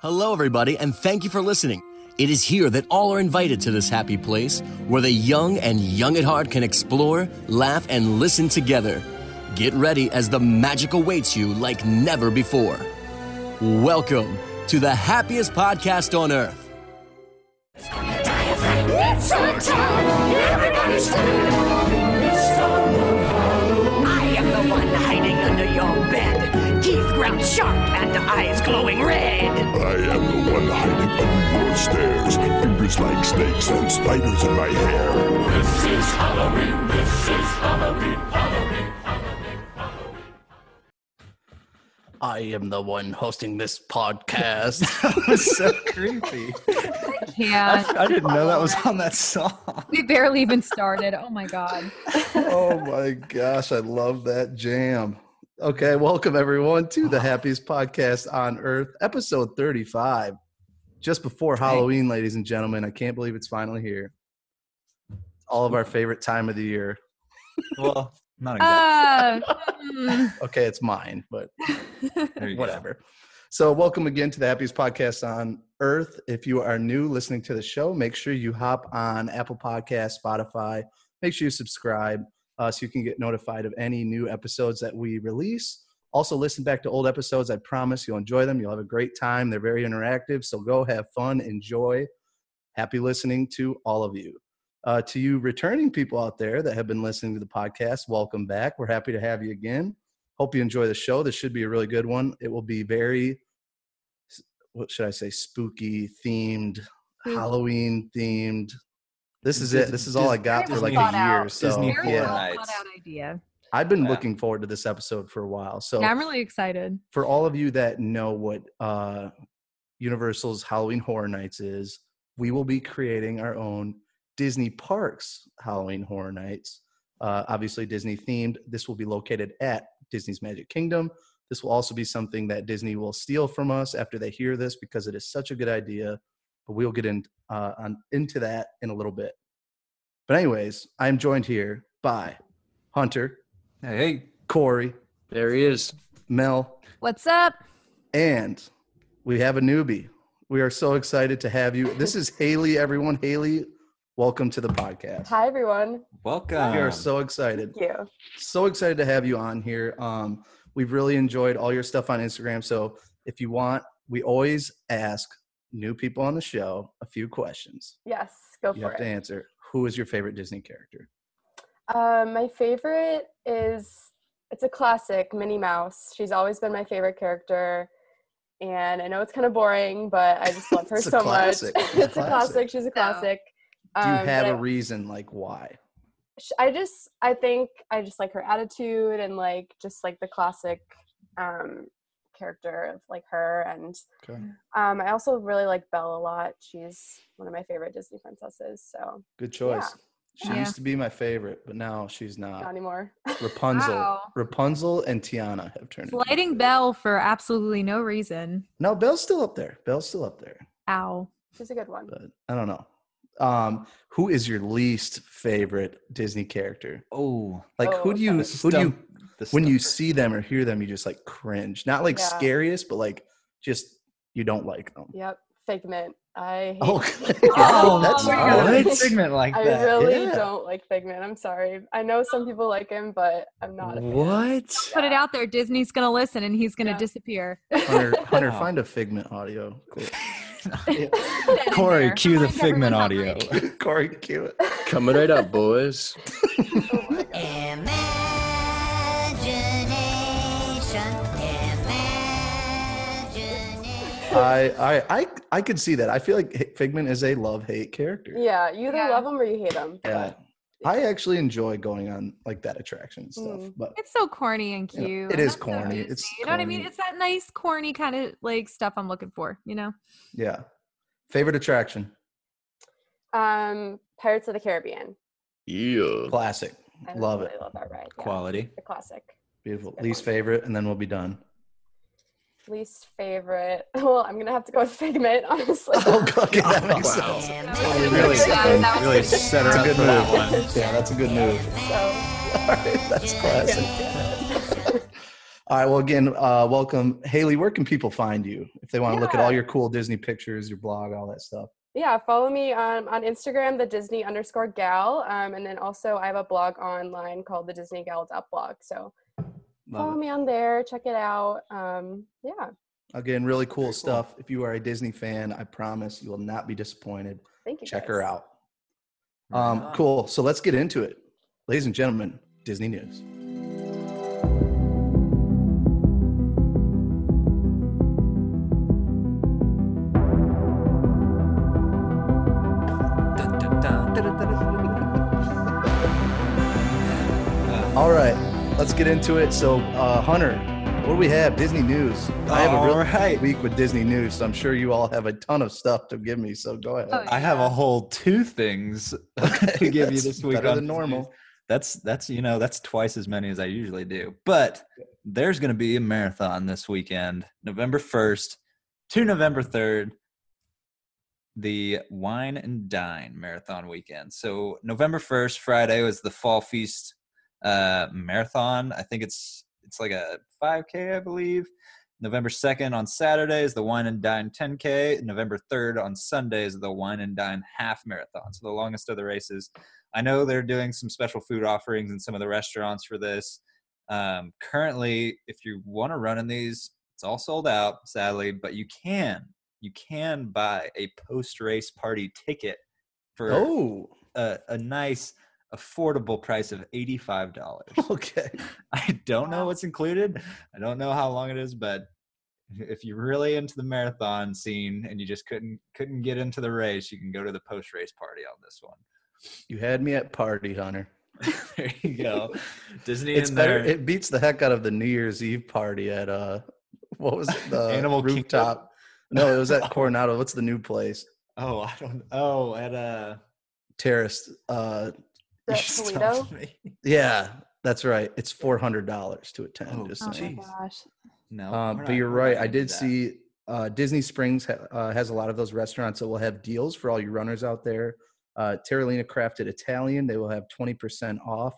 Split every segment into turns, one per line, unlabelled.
Hello, everybody, and thank you for listening. It is here that all are invited to this happy place where the young and young at heart can explore, laugh, and listen together. Get ready as the magic awaits you like never before. Welcome to the happiest podcast on earth.
It's gonna die of fright. It's our town. Everybody's free. It's time to follow.
I am the one hiding under your bed, teeth ground sharp and eyes glowing red.
I am the one hiding under your stairs, fingers like snakes and spiders in my hair.
This is Halloween. This is Halloween. Halloween. Halloween. Halloween.
I am the one hosting this podcast.
was so creepy.
Yeah,
I didn't know that was on that song.
we barely even started. Oh my god.
Oh my gosh, I love that jam. Okay, welcome everyone to the happiest podcast on earth, episode 35. Just before Halloween, ladies and gentlemen, I can't believe it's finally here. All of our favorite time of the year.
Well, not exactly.
Uh, hmm.
Okay, it's mine, but
There you go.
whatever. So, welcome again to the Happiest Podcast on Earth. If you are new listening to the show, make sure you hop on Apple Podcasts, Spotify. Make sure you subscribe uh, so you can get notified of any new episodes that we release. Also, listen back to old episodes. I promise you'll enjoy them. You'll have a great time. They're very interactive. So, go have fun, enjoy. Happy listening to all of you. Uh, to you returning people out there that have been listening to the podcast, welcome back. We're happy to have you again. Hope you enjoy the show. This should be a really good one. It will be very, what should I say, spooky themed, Halloween themed. This is it. This is all I got for like
Thought
a
out.
year. So
Disney
Very
yeah,
well
Nights.
thought out idea.
I've been
Yeah.
looking forward to this episode for a while. So
Yeah, I'm really excited.
for all of you that know what uh, Universal's Halloween Horror Nights is, we will be creating our own Disney Parks Halloween Horror Nights. Uh, obviously, Disney themed. This will be located at Disney's Magic Kingdom. This will also be something that Disney will steal from us after they hear this because it is such a good idea. But we'll get in, uh, on, into that in a little bit. But, anyways, I'm joined here by Hunter,
Hey, hey,
Corey,
there he is.
Mel,
What's up?
and we have a newbie. We are so excited to have you. This is Haley, everyone. Haley, welcome to the podcast.
Hi everyone.
welcome.
We are so excited.
Thank you.
So excited to have you on here. Um, we've really enjoyed all your stuff on Instagram. So if you want, we always ask new people on the show a few questions.
Yes, go
You
for
have to
it.
answer. Who is your favorite Disney character?
Um, my favorite is it's a classic, Minnie Mouse. She's always been my favorite character, and I know it's kind of boring, but I just love her
It's a
so
classic.
much.
She's a
it's a classic.
classic.
She's a classic.
Do you have
Um, but
a
I-
reason like why?
sh- I just I think I just like her attitude and like just like the classic um character of like her and
Okay.
um I also really like Belle a lot. She's one of my favorite Disney princesses, so
Good choice. She
Yeah.
used to be my favorite, but now she's not.
not anymore.
Rapunzel.
Wow.
Rapunzel and Tiana have turned. into
Sliding
her.
bell for absolutely no reason.
No, Belle's still up there. Belle's still up there.
Ow.
She's a good one.
But I don't know. Um, who is your least favorite Disney character?
Oh,
Like who
Oh,
do you
the
who do you
stump- the
when you
stumper.
see them or hear them you just like cringe. Not like
Yeah.
scariest, but like just you don't like them.
Yep, Figment. I hate.
Oh,
Oh,
that's
my
wow,
God.
what?
that's segment like
I
that.
really
yeah.
don't like Figment. I'm sorry. I know some people like him, but I'm not. A fan.
What?
Put it out there. Disney's gonna listen and he's gonna
Yeah.
disappear.
Hunter, Hunter
Wow.
find a figment audio.
Put that in
Corey,
there.
cue the
Remind
Figment
everyone how
audio.
great-
Cool. Corey, cute.
Coming right up, boys.
Imagination, imagination.
I, I I I could see that. I feel like Figment is a love hate character.
Yeah, you either
Yeah.
love him or you hate him.
Yeah. I actually enjoy going on like that attraction and stuff,
Mm.
but
It's so corny and
You know,
cute.
it
and
is
that's so
corny.
Disney,
It's
you know what I mean?
corny.
It's that nice, corny kind of like stuff I'm looking for, you know?
yeah. Favorite attraction,
Um, Pirates of the Caribbean.
Yeah.
classic,
I
Love
really
it.
Love that ride. yeah.
Quality.
The classic.
beautiful.
Good
Least
one.
favorite, and then we'll be done.
Least favorite. Well, I'm gonna have to go with Figment, honestly.
Oh, okay, that makes
Wow.
sense.
Totally
really,
Yeah, that was
really
pretty good.
set her
That's a
up
good
for that one.
move. Yeah, that's a good move.
So,
All right, that's classic. All right. Well, again, uh, welcome, Haley. Where can people find you if they want to look at
Yeah.
all your cool Disney pictures, your blog, all that stuff?
Yeah, follow me um, on Instagram, the Disney underscore gal. Um, and then also, I have a blog online called the Disney Gal blog. So follow
Love it.
me on there, check it out. Um, yeah,
Again, really cool stuff. If you are a Disney fan, I promise you will not be disappointed.
thank you.
Check
guys.
her out. Um, cool. So let's get into it, ladies and gentlemen. Disney news.
Dun, dun, dun, dun, dun, dun, dun.
All right, let's get into it. So, uh, Hunter, what do we have? Disney news. I have a real
All right.
week with Disney news, so I'm sure you all have a ton of stuff to give me. So go ahead.
Oh,
I have a whole two things to
Okay,
give you
that's
this week.
better
on
than
Disney News.
normal.
That's that's you know that's twice as many as I usually do. But there's going to be a marathon this weekend, November first to November third. The Wine and Dine Marathon Weekend. So November first, Friday was the Fall Feast uh, Marathon. I think it's it's like a 5K, I believe. November 2nd on Saturday is the Wine and Dine 10K. November 3rd on Sunday is the Wine and Dine Half Marathon. So the longest of the races. I know they're doing some special food offerings in some of the restaurants for this. Um, currently, if you want to run in these, it's all sold out, sadly, but you can. You can buy a post race party ticket for
Oh,
a, a nice, affordable price of $85.
okay.
I don't know what's included. I don't know how long it is, but if you're really into the marathon scene and you just couldn't couldn't get into the race, you can go to the post race party on this one.
You had me at party, Hunter.
there you go. Disney
It's
in
better.
there.
It beats the heck out of the New Year's Eve party at uh, what was it? The
Animal Kingdom?
rooftop. No, it was at Coronado. What's the new place?
oh, I don't oh at uh
Terrace. Uh,
you
That Toledo?
stumped me.
yeah, that's right. It's four hundred dollars to attend.
Oh,
just
Oh
saying.
my
Jeez.
gosh.
Uh,
No. we're
but
Oh, not-
you're
we're not
right. I
gonna do
did
that.
see uh, Disney Springs ha- uh, has a lot of those restaurants that will have deals for all you runners out there. Uh, Terralina Crafted Italian, they will have 20% off.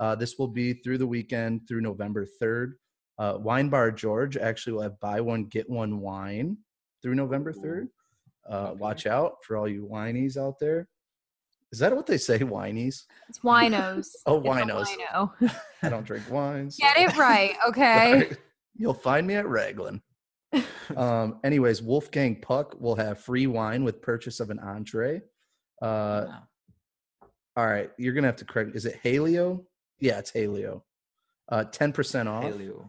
Uh, this will be through the weekend through November 3rd. Uh, Wine Bar George actually will have buy one, get one wine through November 3rd. Uh, Watch out for all you wineys out there. Is that what they say, wineys?
It's winos.
Oh,
It's a
winos.
wino.
I don't drink wines.
Get it right, okay?
Sorry. You'll find me at Raglan. um, anyways, Wolfgang Puck will have free wine with purchase of an entree. Uh,
Wow.
all right, you're gonna have to correct. Is it Halio? Yeah, it's Halio. Uh, Ten percent off.
Paleo.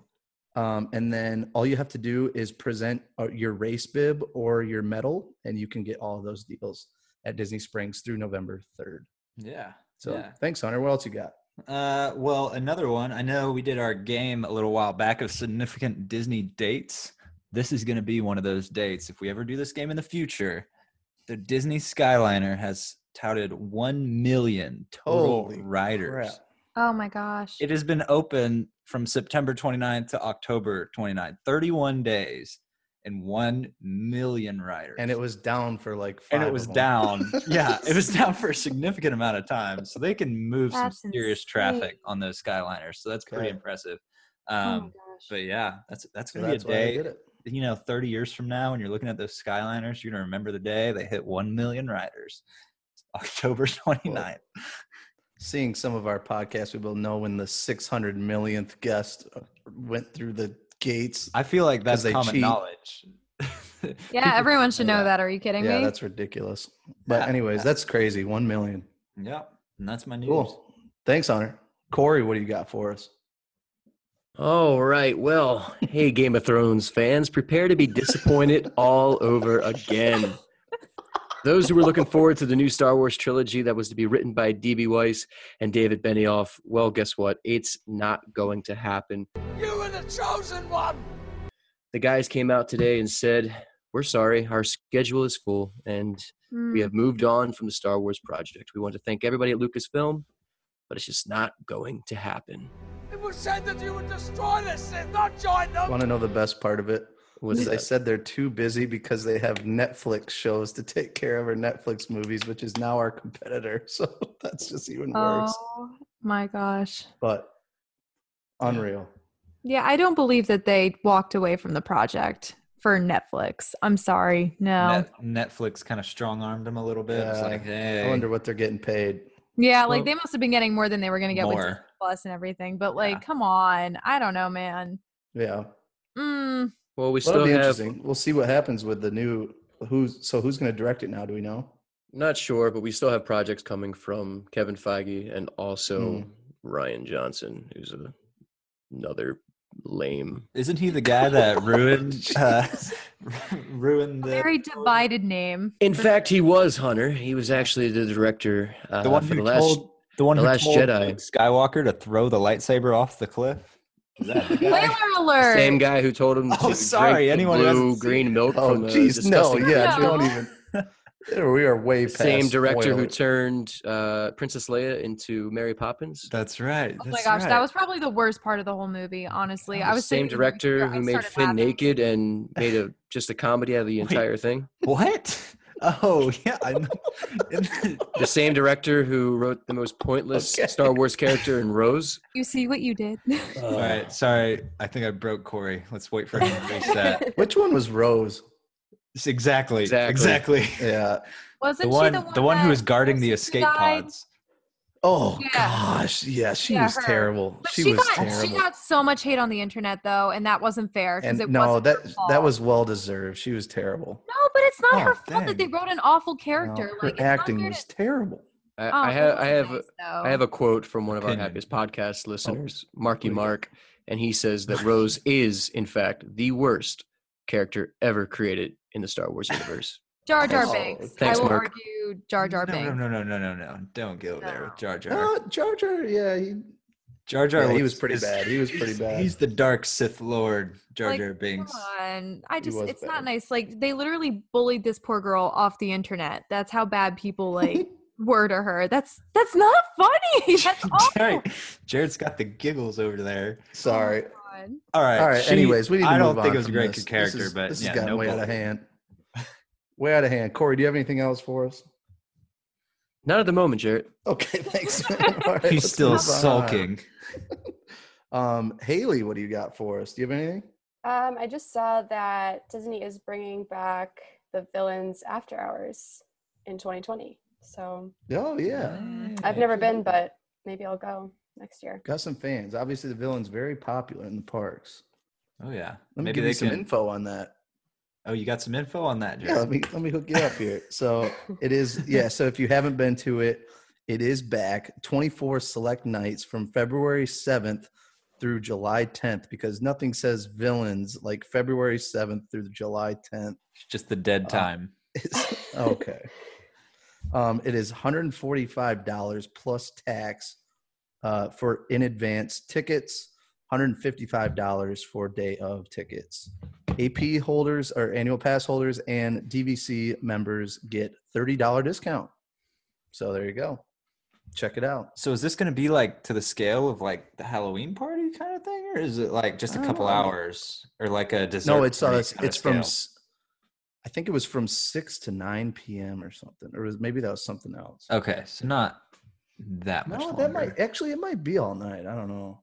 Um, and then all you have to do is present uh, your race bib or your medal, and you can get all those deals at Disney Springs through November third.
Yeah.
So
yeah.
thanks, Hunter. What else you got?
Uh, well, another one. I know we did our game a little while back of significant Disney dates. This is going to be one of those dates. If we ever do this game in the future, the Disney Skyliner has touted 1 million total
Holy
riders.
crap.
Oh my gosh.
It has been open from September 29th to October 29th, 31 days and 1 million riders
And it was down for like. Five
and it was
of 'em.
down. yeah, it was down for a significant amount of time. So they can move
That's
some serious
insane.
traffic on those skyliners. So that's pretty
Okay.
impressive.
oh my
Um,
gosh.
but yeah, that's that's
So
gonna
that's
be
why
a
they
day.
did it.
You know, thirty years from now, when you're looking at those skyliners, you're gonna remember the day they hit one million riders, October 29th.
seeing some of our podcasts, we will know when the 600 millionth guest uh, went through the gates.
I feel like that's
they
common
cheat.
knowledge. People-
yeah, everyone should know
Yeah.
that. Are you kidding
yeah,
me?
that's ridiculous. But
Yeah.
anyways, that's crazy. One million.
Yep, and that's my news.
Cool. Thanks, Hunter. Corey, what do you got for us?
All right. Well, hey, Game of Thrones fans, prepare to be disappointed all over again. Those who were looking forward to the new Star Wars trilogy that was to be written by D.B. Weiss and David Benioff, well, guess what? It's not going to happen.
You were the chosen one!
The guys came out today and said, We're sorry, our schedule is full, and we
Mm.
have moved on from the Star Wars project. We want to thank everybody at Lucasfilm, but it's just not going to happen.
It was said that you would destroy this and not join them!
Want to know the best part of it?
What's
Is they
that?
said they're too busy because they have Netflix shows to take care of or Netflix movies, which is now our competitor. So that's just even worse.
Oh my gosh.
But unreal.
Yeah, I don't believe that they walked away from the project for Netflix. I'm sorry. No.
Net- Netflix kind of strong armed him a little bit. It's
Yeah.
like, hey,
I wonder what they're getting paid.
yeah, like
Well-
they must have been getting more than they were going to get with Disney
more.
Plus and everything. But
Yeah.
like, come on. I don't know, man.
Yeah,
Mm,
Well, we
well, that'll
still
be
have.
interesting. We'll see what happens with the new who's. So who's going to direct it now? Do we know?
Not sure, but we still have projects coming from Kevin Feige and also Ryan Johnson, who's a, another lame.
Isn't he the guy that ruined uh, ruined the
very divided name.
In fact, he was Hunter. He was actually the director uh,
the one who
for the last.
told the one
The
who
Last
told
Jedi.
Luke Skywalker to throw the lightsaber off the cliff? Is that the guy?
Spoiler alert.
Same guy who told him
Oh,
to
sorry,
drink the
anyone who hasn't
blue
seen
green milk
Oh,
from the
jeez, no,
disgusting-
yeah,
No.
don't even. We are way
The
past
same director who
spoilers.
turned uh, Princess Leia into Mary Poppins.
That's right.
Oh my
that's
gosh,
right.
that was probably the worst part of the whole movie, honestly. I
the
was
same
sitting in the movie
director
theater, I
who made
started
Finn
laughing.
naked and made a just a comedy out of the
Wait.
entire thing.
what? Oh yeah, I know.
The same director who wrote the most pointless
Okay.
Star Wars character in Rose.
You see what you did?
All right, sorry. I think I broke Corey. Let's wait for him to reset.
Which one was Rose?
It's Exactly.
Exactly.
Exactly.
Yeah.
Wasn't
The one,
she
the one, who
that
was guarding the
Lucy
escape
died?
pods.
Oh
Yeah.
gosh, yeah, she
Yeah,
was
her.
terrible.
But
She,
she,
was
got
terrible.
she got so much hate on the internet though, and that wasn't fair
and
because it
no,
wasn't her
that that
fault.
was well deserved. She was terrible.
no, but it's not
Oh,
her fault that they
dang.
wrote an awful
No,
character.
her
like, it's not
acting
fair
was
to-
terrible.
I,
Oh,
I
it
have I
wasn't
have
nice, though.
I have a quote from one of our
Opinion.
happiest
Oh,
podcast listeners, Marky
please.
Mark, and he says that Rose is in fact the worst character ever created in the Star Wars universe.
Jar Jar
Oh,
Binks.
thanks,
I will
Mark.
argue Jar Jar
no,
Binks.
no, no, no, no, no, no. Don't go there
No. Oh,
with Jar Jar.
Uh, Jar Jar, yeah, he,
Jar Jar.
Yeah, he was pretty bad. He was
he's-
pretty bad.
He's the dark Sith Lord, Jar
Like,
Jar Binks.
Come on. I just
was
it's
bad.
not nice. Like they literally bullied this poor girl off the internet. That's how bad people like were to her. That's that's not funny. That's awful.
Jared, Jared's got the giggles over there.
sorry.
God.
All right.
All right.
she-
anyways, we need to
I
move
don't think
on
it was a
from
great
this.
character,
this is,
but
this
yeah,
has gotten
no
way out of
bullying.
hand. Way out of hand. Corey, do you have anything else for us?
Not at the moment, Jarrett.
Okay, thanks. man. All right,
He's
let's
still
move on.
sulking.
Um, Haley, what do you got for us? Do you have anything?
Um, I just saw that Disney is bringing back the villains After Hours in 2020. So
Oh yeah,
I've never been, but maybe I'll go next year.
got some fans. Obviously, the villain's very popular in the parks.
Oh yeah.
Let me
Maybe
give
they
you some
can.
info on that.
Oh, you got some info on that,
Yeah, let
Jared.
me let me hook you up here. So it is yeah. So if you haven't been to it, it is back. Twenty four select nights from February seventh through July tenth because nothing says villains like February seventh through July tenth.
It's just the
Uh,
dead time.
okay. Um, it is one hundred and forty five dollars plus tax uh, for in advance tickets. One hundred and fifty five dollars for day of tickets. AP holders or annual pass holders and DVC members get thirty dollar discount. So there you go. Check it out.
So is this going to be like to the scale of like the Halloween party kind of thing, or is it like just a
I don't
couple
know.
hours, or like a dessert?
no, it's
party
uh,
kind of
it's from.
scale?
s- I think it was from six to nine p.m. or something, or was, maybe that was something else.
Okay, so not that much.
no,
longer.
Oh, that might actually it might be all night. I don't know.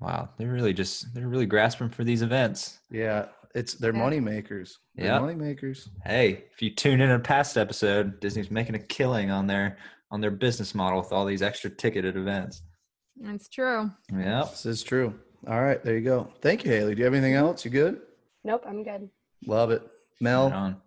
Wow, they're really just they're really grasping for these events.
Yeah, it's they're
Yeah.
money makers. They're
Yeah.
money makers.
Hey, if you tune in a past episode, Disney's making a killing on their on their business model with all these extra ticketed events.
It's true.
Yep.
This is true. All right, there you go. Thank you, Haley. Do you have anything else? You good?
Nope, I'm good.
Love it, Mel.
right on.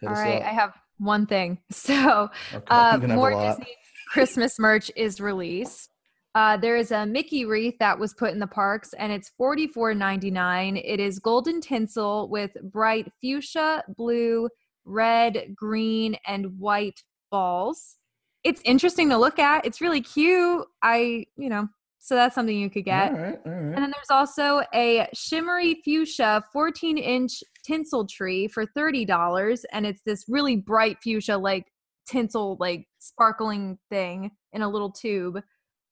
hit
All
us
right.
up.
I have one thing. So
Okay,
uh,
I'm gonna have a
more
lot.
Disney Christmas merch is released. Uh, there is a Mickey wreath that was put in the parks, and it's forty four ninety nine. It is golden tinsel with bright fuchsia, blue, red, green, and white balls. It's interesting to look at. It's really cute. I, you know, so that's something you could get.
All right, all
And
right.
then there's also a shimmery fuchsia 14 inch tinsel tree for $30. And it's this really bright fuchsia, like tinsel, like sparkling thing in a little tube.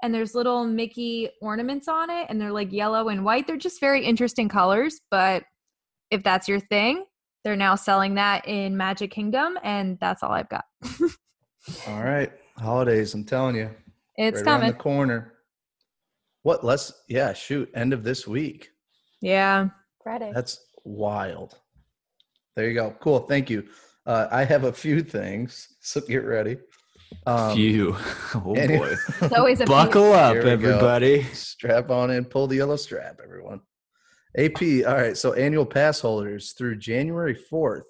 And there's little Mickey ornaments on it, and they're like yellow and white. They're just very interesting colors. But if that's your thing, they're now selling that in Magic Kingdom. And that's all I've got.
All right. Holidays, I'm telling you.
It's
right around
coming.
the corner. What? Let's yeah, shoot. End of this week.
Yeah.
Friday.
That's wild. There you go. Cool. Thank you. Uh, I have a few things, so get ready. Um,
Phew. Oh
any-
boy.
It's always a
Buckle up,
Here we go.
everybody.
strap on and pull the yellow strap, everyone. AP, all right, so annual pass holders through January 4th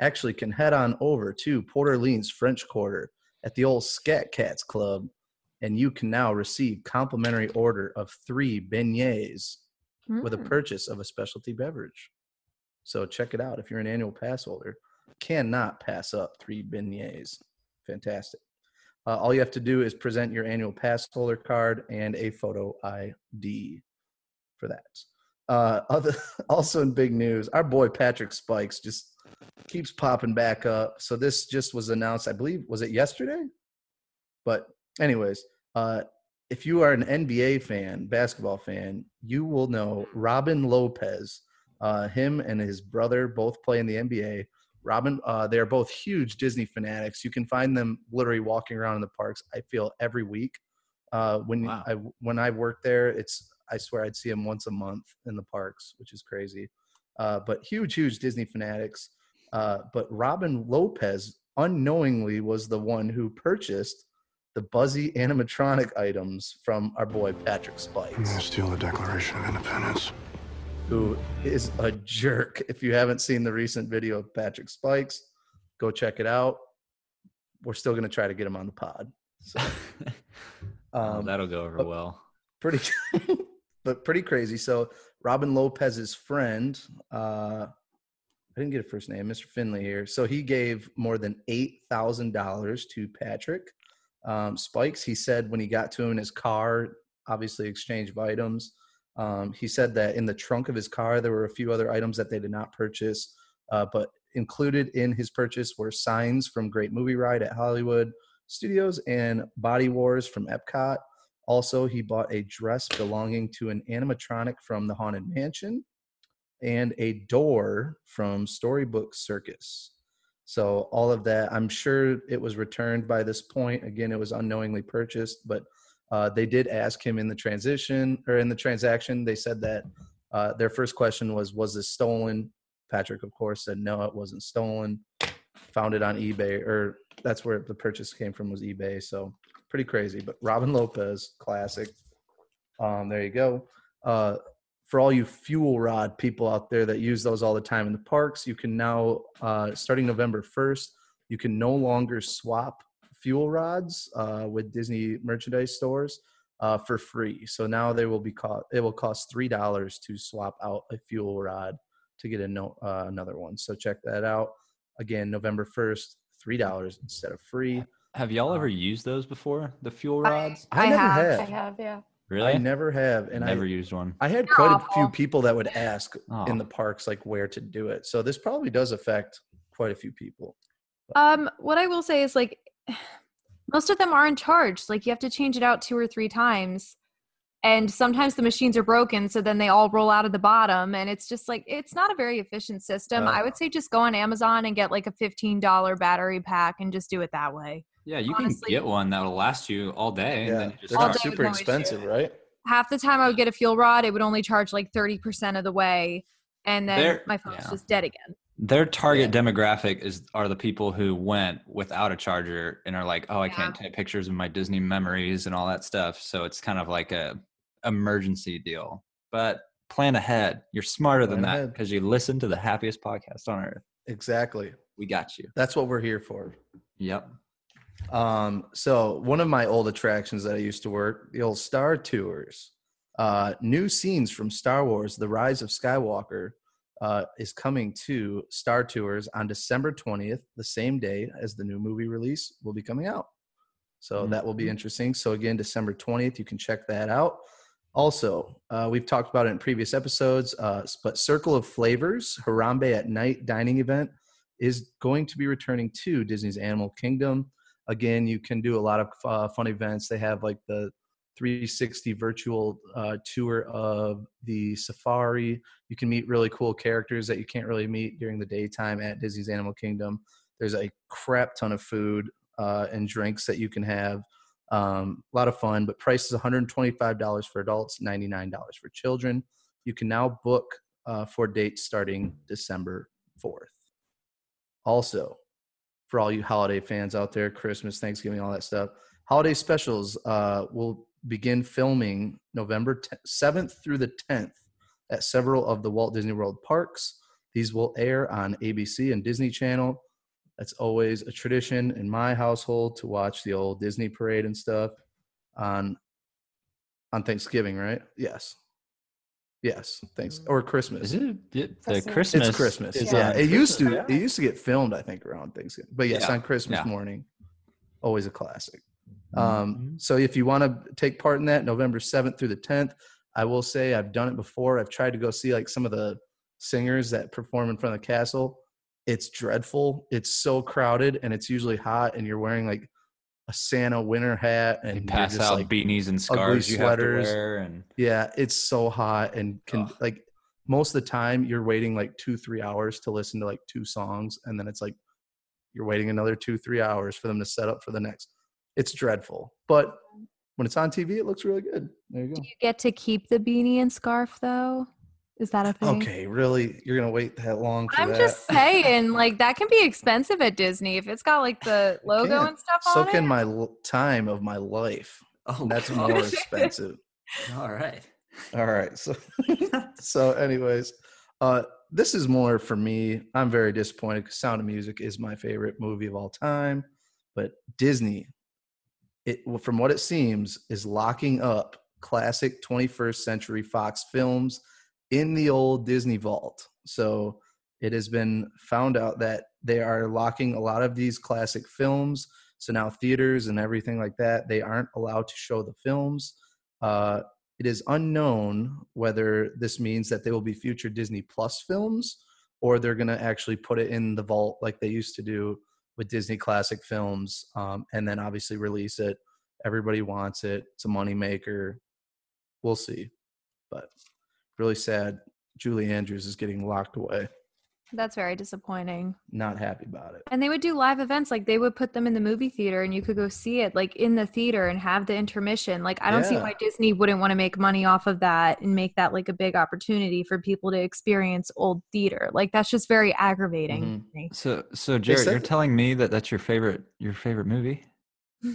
actually can head on over to Port Orleans French Quarter at the old Scat Cats Club, and you can now receive complimentary order of three beignets with a
Mm.
purchase of a specialty beverage. So check it out if you're an annual pass holder. Cannot pass up three beignets. Fantastic. Uh, all you have to do is present your annual pass holder card and a photo ID for that. Uh, other, also in big news, our boy Patrick Spikes just keeps popping back up. So this just was announced, I believe, was it yesterday? But anyways, uh, if you are an NBA fan, basketball fan, you will know Robin Lopez. Uh, him and his brother both play in the NBA. Robin, uh, they are both huge Disney fanatics. You can find them literally walking around in the parks. I feel every week. Uh, when
Wow.
I when I worked there, it's I swear I'd see him once a month in the parks, which is crazy. Uh, but huge, huge Disney fanatics. Uh, but Robin Lopez unknowingly was the one who purchased the buzzy animatronic items from our boy Patrick Spikes,
steal the Declaration of Independence.
who is a jerk. If you haven't seen the recent video of Patrick Spikes, go check it out. We're still going to try to get him on the pod. So,
Oh,
um,
that'll go over
oh.
well.
pretty, but pretty crazy. So Robin Lopez's friend, uh, I didn't get a first name, Mr. Finley here. So he gave more than eight thousand dollars to Patrick um, Spikes. He said when he got to him in his car, obviously exchange of items. Um, he said that in the trunk of his car there were a few other items that they did not purchase, uh, but included in his purchase were signs from Great Movie Ride at Hollywood Studios and Body Wars from Epcot. Also, he bought a dress belonging to an animatronic from the Haunted Mansion and a door from Storybook Circus. So, all of that, I'm sure it was returned by this point. Again, it was unknowingly purchased, but uh, they did ask him in the transition or in the transaction. They said that uh, their first question was, Was this stolen? Patrick, of course, said, No, it wasn't stolen. Found it on eBay, or that's where the purchase came from, was eBay. So, pretty crazy. But Robin Lopez, classic. Um, there you go. Uh, for all you fuel rod people out there that use those all the time in the parks, you can now, uh, starting November 1st, you can no longer swap fuel rods uh, with Disney merchandise stores uh, for free. So now they will be co- it will cost three dollars to swap out a fuel rod to get a no- uh, another one. So check that out. Again, November 1st, three dollars instead of free.
Have y'all
Uh,
ever used those before? The fuel rods?
I have.
I have, yeah.
Really?
I never have, and
never
I
used one.
I had
They're
quite a few
awful.
people that would ask
Oh.
in the parks like where to do it. So this probably does affect quite a few people.
Um, what I will say is like most of them aren't charged. Like you have to change it out two or three times. And sometimes the machines are broken, so then they all roll out of the bottom. And it's just like it's not a very efficient system. I would say just go on Amazon and get like a fifteen dollar battery pack and just do it that way.
yeah, you
honestly-
can get one that'll last you all day. And
Yeah,
then
they're
you just
All
not
day
super
with no issue.
expensive, right?
Half the time I would get a fuel rod, it would only charge like thirty percent of the way, and then
There-
my phone's
yeah.
just dead again.
Their target demographic is are the people who went without a charger and are like, oh, I
Yeah.
can't take pictures of my Disney memories and all that stuff. So it's kind of like a emergency deal. But plan ahead. You're smarter than
Plan
that
ahead.
because you listen to the happiest podcast on earth.
Exactly.
We got you.
That's what we're here for.
Yep.
Um, so one of my old attractions that I used to work, the old Star Tours, uh, new scenes from Star Wars: The Rise of Skywalker, uh, is coming to Star Tours on December twentieth, the same day as the new movie release will be coming out. So that will be interesting. So again, December twentieth, you can check that out. Also, uh, we've talked about it in previous episodes, uh, but Circle of Flavors, Harambe at Night dining event, is going to be returning to Disney's Animal Kingdom again you can do a lot of uh, fun events they have like the 360 virtual uh, tour of the safari you can meet really cool characters that you can't really meet during the daytime at disney's animal kingdom there's a crap ton of food uh, and drinks that you can have Um, a lot of fun, but price is $125 for adults, $99 for children. You can now book uh, for dates starting December 4th. Also, for all you holiday fans out there, Christmas, Thanksgiving, all that stuff, holiday specials uh, will begin filming November 10th, 7th through the 10th at several of the Walt Disney World parks. These will air on ABC and Disney Channel. That's always a tradition in my household to watch the old Disney parade and stuff on on Thanksgiving, right? Yes. Yes, thanks. Or Christmas.
Mm. Is it, it- the
Christmas. It's
Christmas?
It's Christmas.
is
yeah,
on
it used to.
Christmas.
It used to get filmed, I think, around Thanksgiving. But yes,
Yeah.
on Christmas
Yeah.
morning, always a classic.
Mm-hmm.
Um, so if you want to take part in that, November seventh through the tenth, I will say I've done it before. I've tried to go see like some of the singers that perform in front of the castle. It's dreadful. It's so crowded, and it's usually hot, and you're wearing like a Santa winter hat, and
They
you're
pass
just,
out
like,
beanies and scarves you have to
sweaters.
wear, and
yeah, it's so hot and can
Ugh.
like most of the time you're waiting like two, three hours to listen to like two songs, and then it's like you're waiting another two, three hours for them to set up for the next. It's dreadful. But when it's on TV, it looks really good. There you go.
Do you get to keep the beanie and scarf though? Is that a thing?
Okay, really? You're gonna wait that long for
I'm
that?
just saying, like that can be expensive at Disney if it's got like the logo
can.
and stuff
so
on
can
it.
my l- time of my life.
oh,
That's
God.
more expensive.
all right.
All right. So, so anyways, uh, this is more for me. I'm very disappointed because Sound of Music is my favorite movie of all time, but Disney, it well, from what it seems, is locking up classic 21st Century Fox films in the old Disney vault. So it has been found out that they are locking a lot of these classic films. So now theaters and everything like that, they aren't allowed to show the films. Uh, it is unknown whether this means that they will be future Disney Plus films or they're going to actually put it in the vault like they used to do with Disney classic films um, and then obviously release it. Everybody wants it. It's a moneymaker. We'll see. But really sad. Julie Andrews is getting locked away.
That's very disappointing.
Not happy about it.
And they would do live events, like they would put them in the movie theater and you could go see it like in the theater and have the intermission. Like I don't see
Yeah.
why Disney wouldn't want to make money off of that and make that like a big opportunity for people to experience old theater. Like that's just very aggravating.
Mm-hmm.
to me.
So, so Jared, you're
said-
telling me that that's your favorite, your favorite movie,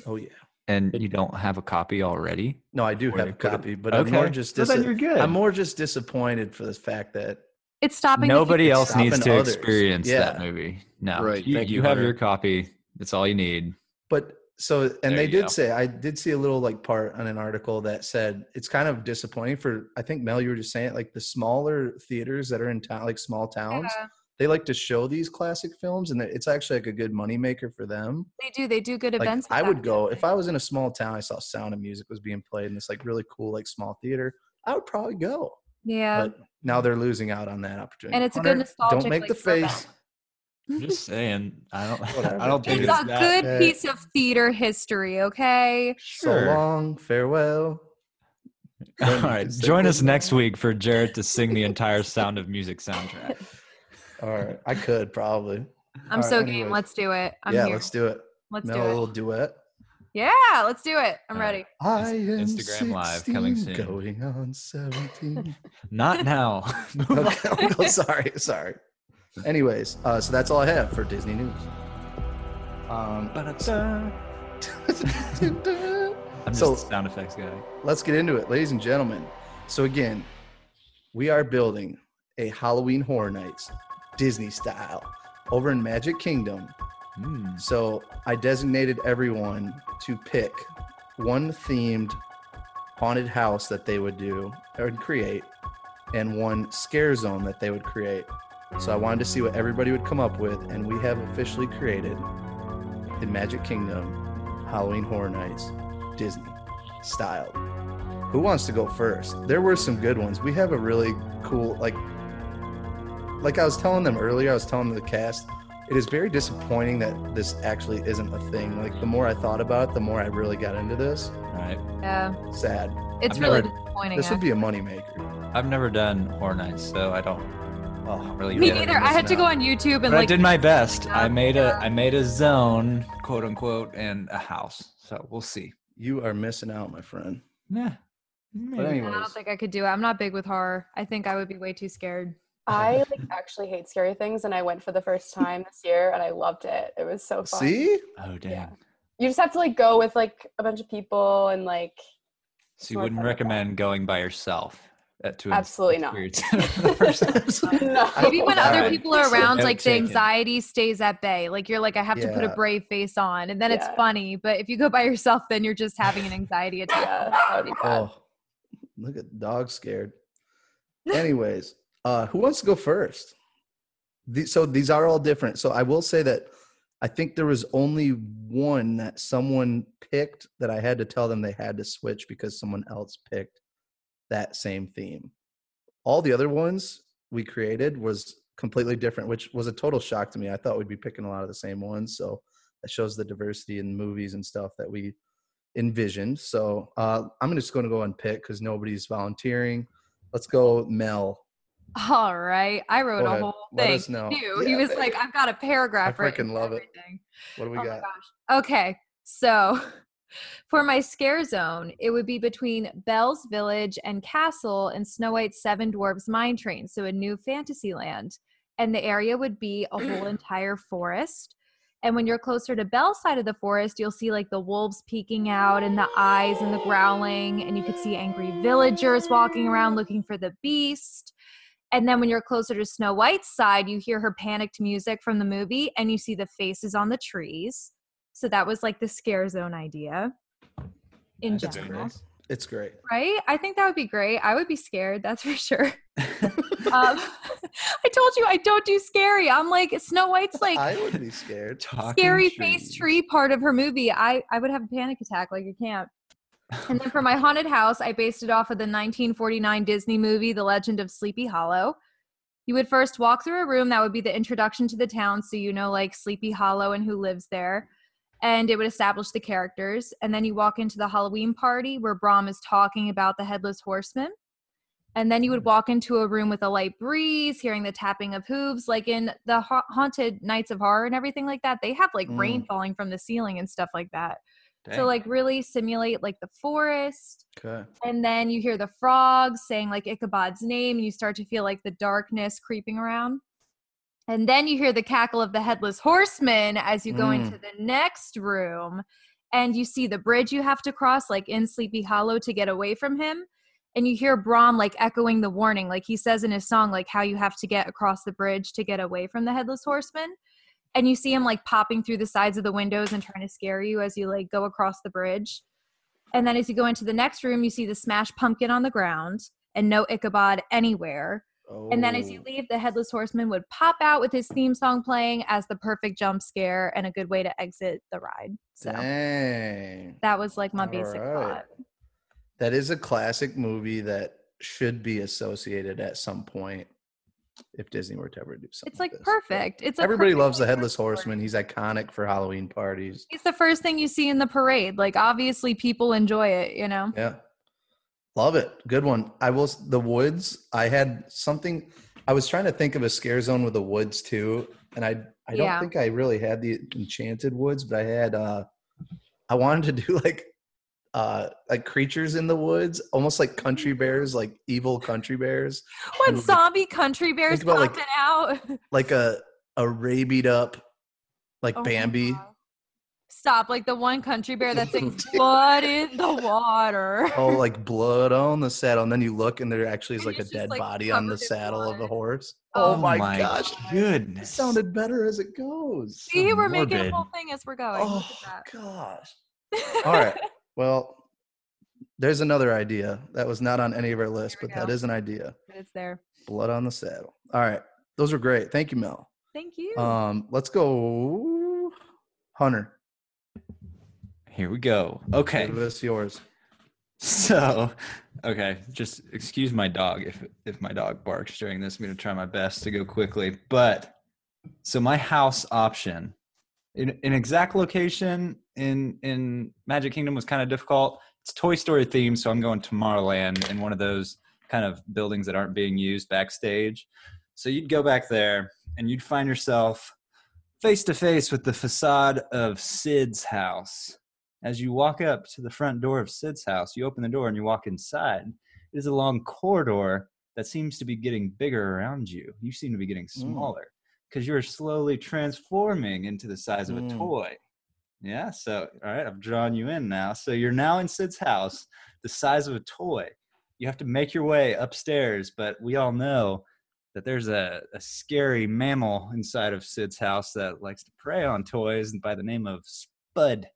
Oh, yeah.
and
It-
you don't have a copy already?
No, I do
Or
have
you
a
could've-
copy, but I'm more just dis-
so then you're good.
I'm more just disappointed for the fact that
It's stopping the
Nobody
people-
else needs
stopping
to
others.
experience that
Yeah.
movie. No,
Right,
You,
thank
you
you,
have
Hunter.
your copy. That's all you need.
But so, and
There
they
you
did
go.
say, I did see a little like part on an article that said it's kind of disappointing for, I think, Mel, you were just saying it, like the smaller theaters that are in town, like small towns,
Yeah,
they like to show these classic films and it's actually like a good moneymaker for them.
they do. They do good
Like,
events. with
I
that
would go, if
kind
I was in a small town, I saw Sound of Music was being played in this like really cool, like small theater, I would probably go.
of- Yeah.
But now they're losing out on that opportunity.
And it's a good
Hunter,
nostalgic,
Don't make
like,
the
throwback.
face.
I'm just saying. I don't.
Whatever.
I don't think
It's
it's,
a
that-
good
Uh,
piece of theater history, okay?
Sure.
So long, farewell.
All
Then you
right.
can say
Join us
goodbye.
next week for Jared to sing the entire Sound of Music soundtrack.
All right. I could probably.
I'm
All
so
right,
game.
anyways.
Let's do it. I'm
yeah,
here.
let's do it.
Let's
Mel,
do
a
it.
little duet.
Yeah, let's do it. I'm
All right.
ready.
I am
Instagram Live coming
16,
soon.
Going on 17.
Not now.
okay, I'm so sorry, sorry. Anyways, uh, so that's all I have for Disney news. Um,
I'm just
So-
a sound effects guy.
let's get into it, ladies and gentlemen. So again, we are building a Halloween Horror Nights Disney style over in Magic Kingdom.
Hmm.
So I designated everyone to pick one themed haunted house that they would do or create and one scare zone that they would create. So I wanted to see what everybody would come up with, and we have officially created the Magic Kingdom Halloween Horror Nights Disney style. Who wants to go first? There were some good ones. We have a really cool like like I was telling them earlier, I was telling the cast, it is very disappointing that this actually isn't a thing. Like the more I thought about it, the more I really got into this.
All right.
Yeah,
Sad.
it's
I've
really
never-
disappointing.
This would
actually.
be a moneymaker.
I've never done horror nights, so I don't. Oh, really.
Me
know
Yeah,
neither.
you're
I had to
missing
go
out.
on YouTube and
but I
like
did my best. I
Um,
made a
yeah.
I made a zone, quote unquote, and a house. So we'll see.
You are missing out, my friend.
Nah.
But
Maybe.
I don't
anyways,
think I could do it. I'm not big with horror. I think I would be way too scared.
I like actually hate scary things, and I went for the first time this year, and I loved it. It was so fun.
see,
Oh damn.
Yeah. You just have to like go with like a bunch of people and like
So you
More
wouldn't
fun with that.
recommend going by yourself at to
Absolutely not.
experience it for the first time.
no.
Maybe when other
Alright.
people are around,
Note
like the
taken.
anxiety stays at bay. Like you're like, I have to put a
Yeah.
brave face on, and then it's
Yeah.
funny. But if you go by yourself, then you're just having an anxiety
Yeah,
attack.
that would be bad.
oh, look at the dog scared. Anyways, uh, who wants to go first? The, so these are all different. So I will say that I think there was only one that someone picked that I had to tell them they had to switch because someone else picked that same theme. All the other ones we created was completely different, which was a total shock to me. I thought we'd be picking a lot of the same ones. So that shows the diversity in movies and stuff that we envisioned. So uh, I'm just going to go and pick because nobody's volunteering. Let's go, Mel.
All right, I wrote
Go
a
ahead.
whole
Let
thing.
us know.
too. he
Yeah,
was
baby.
like, I've got a paragraph.
I
written
freaking
for
love it.
everything.
What do we
oh
got?
my gosh. Okay. So for my scare zone, it would be between Belle's Village and Castle in Snow White's Seven Dwarves Mine Train. So a new fantasy land. And the area would be a whole entire forest. And when you're closer to Belle's side of the forest, you'll see like the wolves peeking out and the eyes and the growling. And you could see angry villagers walking around looking for the beast. And then when you're closer to Snow White's side, you hear her panicked music from the movie and you see the faces on the trees. So that was like the scare zone idea in
That's
general,
nice.
It's great.
right? I think that would be great. I would be scared, that's for sure. um, I told you I don't do scary. I'm like Snow White's like
I would be scared.
Talking
scary
trees.
face tree part of her movie. I I would have a panic attack like you can't. And then for my haunted house, I based it off of the 1949 Disney movie The Legend of Sleepy Hollow. You would first walk through a room that would be the introduction to the town so you know like Sleepy Hollow and who lives there. And it would establish the characters. And then you walk into the Halloween party where Brom is talking about the headless horseman. And then you would walk into a room with a light breeze, hearing the tapping of hooves, like in the ha- haunted nights of horror and everything like that. They have like rain falling from the ceiling and stuff like that.
Dang.
So like really simulate like the forest.
Okay.
And then you hear the frogs saying like Ichabod's name, and you start to feel like the darkness creeping around. And then you hear the cackle of the headless horseman as you go
Mm.
into the next room, and you see the bridge you have to cross, like in Sleepy Hollow, to get away from him. And you hear Brom like echoing the warning, like he says in his song, like how you have to get across the bridge to get away from the headless horseman. And you see him like popping through the sides of the windows and trying to scare you as you like go across the bridge. And then as you go into the next room, you see the smashed pumpkin on the ground and no Ichabod anywhere.
Oh.
And then as you leave, the Headless Horseman would pop out with his theme song playing as the perfect jump scare and a good way to exit the ride. So
Dang.
that was like my basic
Alright.
plot.
That is a classic movie that should be associated at some point if Disney were to ever do something.
It's like
this.
perfect. It's a
Everybody
perfect
loves the
horror
Headless
story.
Horseman. He's iconic for Halloween parties.
He's the first thing you see in the parade. Like obviously people enjoy it, you know.
Yeah. Love it. Good one. I will s- the woods. I had something I was trying to think of a scare zone with the woods too. And I I don't
Yeah.
think I really had the enchanted woods, but I had uh I wanted to do like uh like creatures in the woods, almost like country
Mm-hmm.
bears, like evil country bears.
When
Ooh.
zombie country bears
about,
popping
like,
out.
Like a a rabied up like
Oh my
Bambi.
God. Stop! Like the one country bear that's like blood in the water.
Oh, like blood on the saddle, and then you look, and there actually is
And
like a
it's just,
dead
like,
body on
covered
the
in
saddle of the
blood.
horse.
Oh
Oh, my, gosh, It
Goodness.
sounded better as it goes.
See, we're making a
morbid.
whole thing as we're going. Look
Oh
at
gosh.
that.
All right. Well, there's another idea that was not on any of our list,
Here
but
we
that
go.
is an idea.
But it's there.
Blood on the saddle. All right. Those are great. Thank you, Mel.
Thank you.
Um, let's go Hunter.
Here we go.
Okay.
Okay.
Give us yours.
So, okay, just excuse my dog if if my dog barks during this. I'm going to try my best to go quickly. But so my house option in an exact location in in Magic Kingdom was kind of difficult. It's Toy Story themed, so I'm going Tomorrowland in one of those kind of buildings that aren't being used backstage. So you'd go back there and you'd find yourself face to face with the facade of Sid's house As you walk up to the front door of Sid's house, you open the door and you walk inside. It is a long corridor that seems to be getting bigger around you. You seem to be getting smaller because you're slowly transforming into the size of a
Mm.
toy. Yeah, so all right, I've drawn you in now. So you're now in Sid's house, the size of a toy. You have to make your way upstairs, but we all know that there's a, a scary mammal inside of Sid's house that likes to prey on toys by the name of Spud.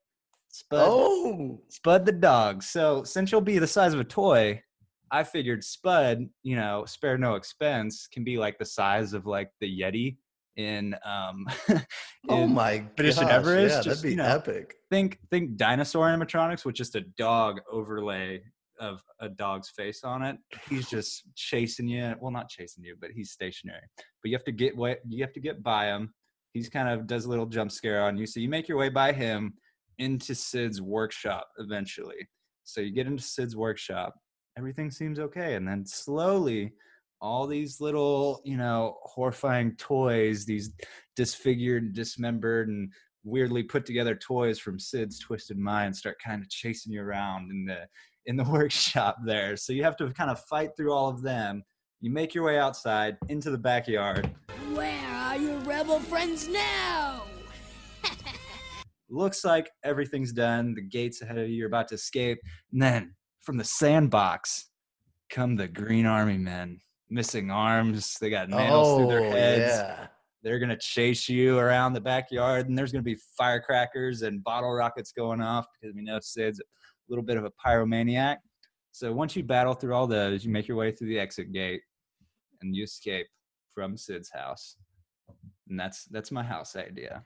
Spud
Oh,
Spud the dog. So since you'll be the size of a toy, I figured Spud, you know, spare no expense, can be like the size of like the Yeti in um
oh
in-
my gosh!
Expedition Everest,
yeah,
just,
that'd be
you know,
epic.
think think dinosaur animatronics with just a dog overlay of a dog's face on it. He's just chasing you. Well, not chasing you, but he's stationary. But you have to get way you have to get by him. He's kind of does a little jump scare on you. So you make your way by him into Sid's workshop eventually. So you get into Sid's workshop. Everything seems okay, and then slowly all these little, you know, horrifying toys, these disfigured, dismembered, and weirdly put together toys from Sid's twisted mind start kind of chasing you around in the in the workshop there. So you have to kind of fight through all of them. You make your way outside into the backyard.
Where are your rebel friends now?
Looks like everything's done. The gates ahead of you. You're about to escape. And then from the sandbox come the Green Army men, missing arms. They got nails
oh,
through their heads.
yeah.
they're going to chase you around the backyard and there's going to be firecrackers and bottle rockets going off because we know sid's a little bit of a pyromaniac so once you battle through all those you make your way through the exit gate and you escape from sid's house and that's that's my house idea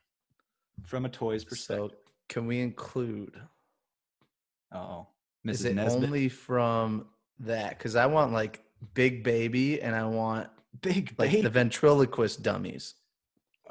from a toy's
So,
perspective
can we include?
oh
Is
mrs
it
nesbitt
only from that? Because I want like Big Baby, and I want
big
like
baby.
the ventriloquist dummies.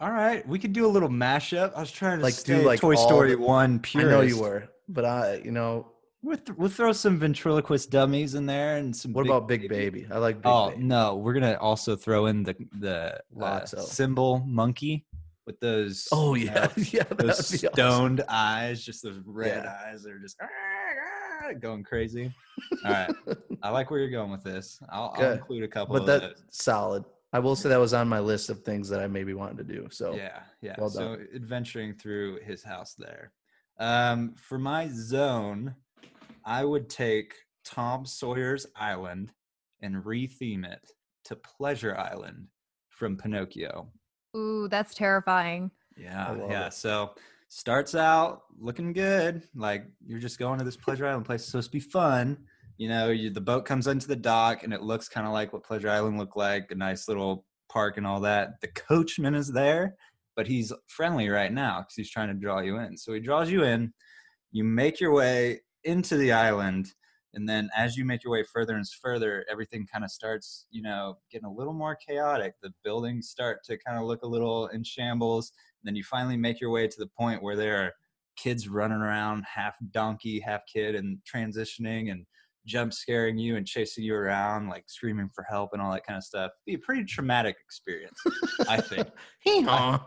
all right we could do a little mashup i was trying to
Like,
like
do,
do
like,
like toy
all
story
the-
one purist.
I know you were, but I, you know,
we'll, th- we'll throw some ventriloquist dummies in there and some
what about Big Baby? I like Big
oh
Baby.
no, we're gonna also throw in the the uh,
Lotso.
symbol monkey with those.
Oh
you
yeah,
know,
yeah, that would be
those
awesome.
stoned eyes, just those red
Yeah.
eyes that are just "Ah, ah," going crazy. All right, I like where you're going with this. I'll, I'll
Good.
include a couple
but
of
that
those.
solid. I will say that was on my list of things that I maybe wanted to do. So
Yeah, yeah.
Oh, well
so adventuring through his house there. Um, for my zone, I would take Tom Sawyer's Island and retheme it to Pleasure Island from Pinocchio.
Ooh, that's terrifying.
Yeah,
love
yeah.
it.
So starts out looking good, like you're just going to this pleasure island place. It's supposed to be fun. You know, you, the boat comes into the dock and it looks kind of like what Pleasure Island looked like, a nice little park and all that. The coachman is there, but he's friendly right now because he's trying to draw you in. So he draws you in. You make your way into the island, and then as you make your way further and further, everything kind of starts, you know, getting a little more chaotic. The buildings start to kind of look a little in shambles then you finally make your way to the point where there are kids running around half donkey half kid and transitioning and jump scaring you and chasing you around like screaming for help and all that kind of stuff be a pretty traumatic experience i think
Hee-haw.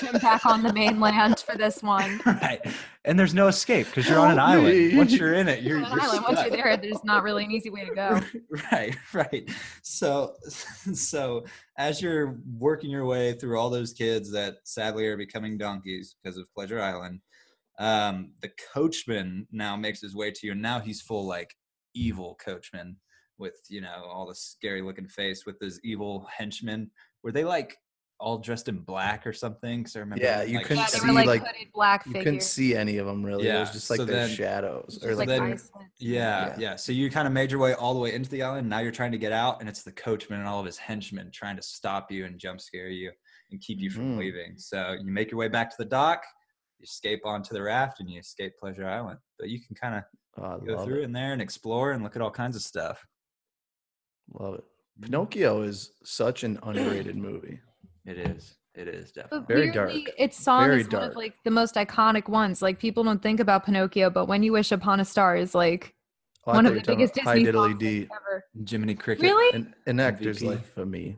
Children back on the mainland for this one.
right and there's no escape because you're on an
Help
island
me.
once you're in it you're,
You're
you're
on an island. Once
stuck.
you're there, there's not really an easy way to go.
right right so so as you're working your way through all those kids that sadly are becoming donkeys because of pleasure island um the coachman now makes his way to you and now he's full like evil coachman with you know all the scary looking face with his evil henchmen were they like all dressed in black or something because i remember
Yeah, you
like,
couldn't
Yeah,
seven-
they
see,
were like,
like,
hooded black
you
figures.
couldn't see any of them really. It was
Yeah,
just like
so
their
then-
shadows
Just
or like,
like
their-
ice slits.
Yeah,
Yeah.
yeah, So you kind of made your way all the way into the island. Now you're trying to get out, and it's the coachman and all of his henchmen trying to stop you and jump scare you and keep you from
Mhm.
leaving. So you make your way back to the dock, you escape onto the raft, and you escape Pleasure Island. But you can kind of
Oh, I
go
love
through
it.
in there and explore and look at all kinds of stuff.
Love it.
Mm-hmm.
Pinocchio is such an underrated movie.
It is. It is definitely.
But
Very
weirdly,
dark.
its song
Very
is one
dark.
of like the most iconic ones. Like people don't think about Pinocchio, but When You Wish Upon a Star is like
Oh, I
one
thought
of
you
the
were talking
biggest
about High
Disney
Diddly
songs
D.
ever.
Jiminy Cricket.
Really?
An, an actor's
MVP.
life for me.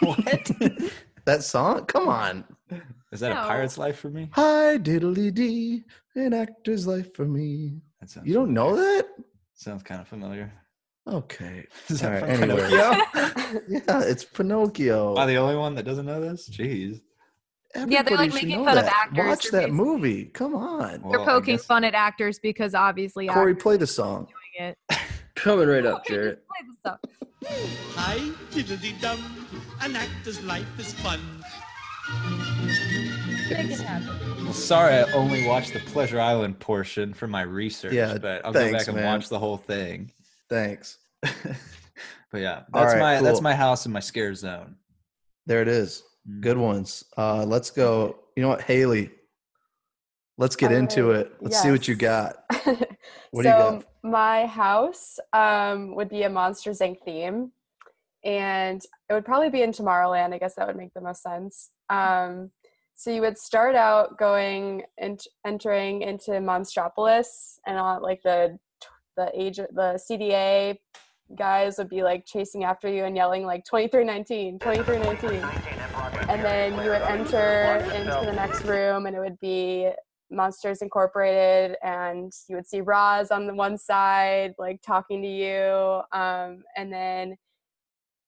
what?
That song? Come on.
Is that
No.
a pirate's life for me?
Hi, diddly dee, an actor's life for me.
That sounds
You don't know
familiar.
that?
Sounds kind of familiar.
Okay.
Is
All
that
right,
from
anyway.
Pinocchio?
yeah, it's Pinocchio.
Am I the only one that doesn't know this? Jeez.
Yeah, they're, like,
Everybody should
making
know
fun of
that.
actors.
Watch
They're
that
basically-
movie. Come on.
Well,
They're
I
poking
guess-
fun at actors because obviously
Corey,
actors
play the song.
are doing it.
Coming right up,
Okay, just
Jarrett.
play the stuff.
Hi, diddly dum. An actor's life is fun.
Well, sorry, I only watched the Pleasure Island portion for my research,
Yeah,
but I'll go
thanks,
back and
man.
watch the whole thing.
Thanks.
but yeah, that's
right,
my that's
cool.
my house and my scare zone.
There it is. Good ones. Uh, let's go. You know what, Haley? Let's get
Oh,
All
into
right,
it. Let's see what you
yes.
got. What do you
so
got?
my house um, would be a Monsters Inc. theme, and it would probably be in Tomorrowland. I guess that would make the most sense. Um, so you would start out going and entering into Monstropolis, and all like the the age the CDA guys would be like chasing after you and yelling like 2319 2319 and then you would enter into the next room and it would be Monsters Incorporated, and you would see Roz on the one side, like talking to you. Um, and then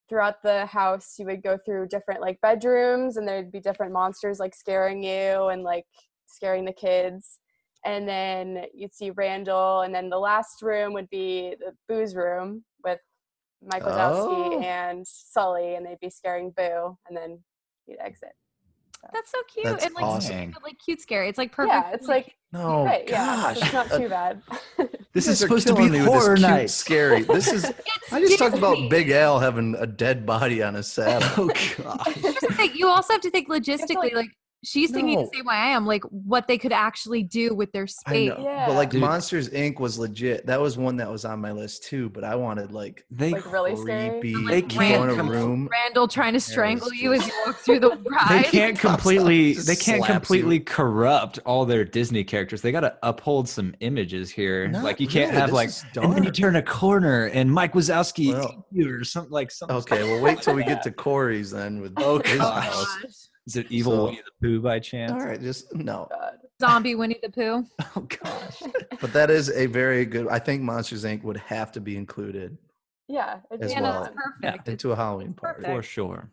throughout the house, you would go through different like bedrooms, and there'd be different monsters like scaring you and like scaring the kids. And then you'd see Randall, and then the last room would be the booze room with Mike Wazowski
Oh.
and Sully, and they'd be scaring Boo, and then you'd exit.
That's so cute.
That's
and like
awesome.
it's like cute scary. It's like perfect.
Yeah, it's like
No,
right,
Oh,
yeah,
gosh. Uh,
so it's not too bad.
This
is supposed to be horror night.
scary. This is.
It's
I just talked
Disney.
about Big Al having a dead body on his saddle.
Oh, gosh.
Here's the thing, You also have to think logistically, like she's thinking
No.
the same way I am, like what they could actually do with their
I
space.
know,
Yeah.
but like
Dude.
Monsters Inc. was legit. That was one that was on my list too. But I wanted like
They
Like, really scary?
creepy.
They
go in
can't
a
come-
room.
Randall trying to strangle you as
just-
you walk through the
They
ride.
can't
pops up,
completely
just
they can't
slaps you.
completely corrupt all their Disney characters. They got to uphold some images here.
Not
like you can't
really,
have
this
like
is
and then you
dark.
turn a corner and Mike Wazowski
Well- Oh,
eats you or something like something.
Okay, well, wait till we get to Corey's then with
Oh,
his
gosh.
house.
Is it Evil
So-
Winnie the Pooh by chance?
All right, just no.
Zombie Winnie the Pooh.
Oh gosh.
But that is a very good. I think Monsters Inc. would have to be included
yeah, it'd
As
be
yeah,
well.
that's
fun.
perfect. It's
into a Halloween party.
perfect.
For sure.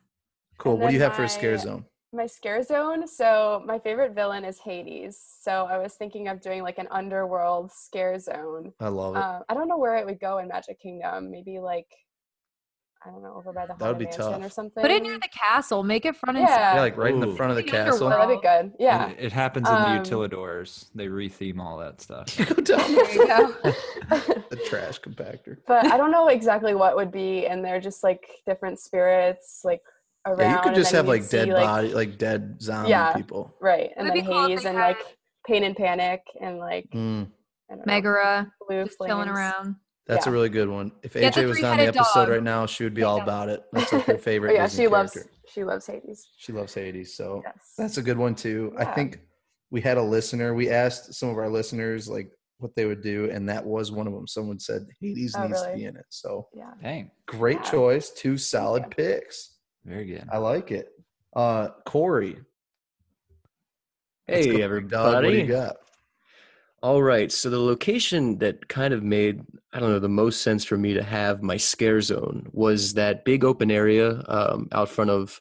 Cool.
And
What do you
then
have for a scare
my-
zone?
My scare zone. So my favorite villain is Hades. So I was thinking of doing like an underworld scare zone.
I love it.
Um, I don't know where it would go in Magic Kingdom. Maybe like I don't know, over by the
That would
Haunted
be
Mansion
tough.
or something.
Put it near the castle. Make it front and
yeah,
yeah, like right in the
Ooh.
front of the
The
castle.
underworld.
that'd be good. Yeah.
It, it happens in
Um,
the Utilidors. They retheme all that stuff.
You go down
There you go.
the trash compactor.
but I don't know exactly what would be in there. Just like different spirits, like around.
Yeah, you could
and
just have
then you'd
like dead
see,
body, like dead zombie
Yeah.
people.
right? And
Would it be
then
cool if
Hades
they
and
had-
like Pain and Panic and like
Mm,
I don't know,
Megara
blue
just chilling
flames.
around.
that's a
Yeah.
really good one. If
Get the
AJ was on the
three-headed
episode
dog.
right now, she would be all about it. That's like her favorite.
Oh, yeah,
Disney
she loves
character. Oh.
she loves Hades.
She loves Hades. So
Yes.
That's a good one too. I
Yeah.
think we had a listener. We asked some of our listeners like what they would do, and that was one of them. Someone said Hades
Oh,
needs to
really?
be in it. So
yeah.
Dang.
great
Yeah.
choice. Two solid picks.
Very good.
I like it. Uh, Corey. let's go,
Hey,
Big Dog. What do you
everybody.
got?
All right. So the location that kind of made I don't know the most sense for me to have my scare zone was that big open area um, out front of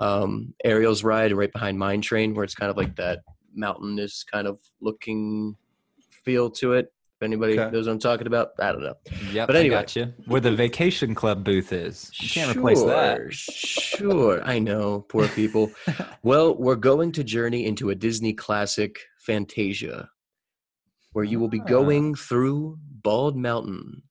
um, Ariel's ride and right behind Mine Train, where it's kind of like that mountainous kind of looking feel to it. If anybody
Okay.
knows what I'm talking about, I don't know.
Yep,
But
I
anyway.
got you. Where the vacation club booth is. You can't replace that.
Sure, sure, I know, poor people. well, we're going to journey into a Disney classic, Fantasia, where you will be
Ah.
going through Bald Mountain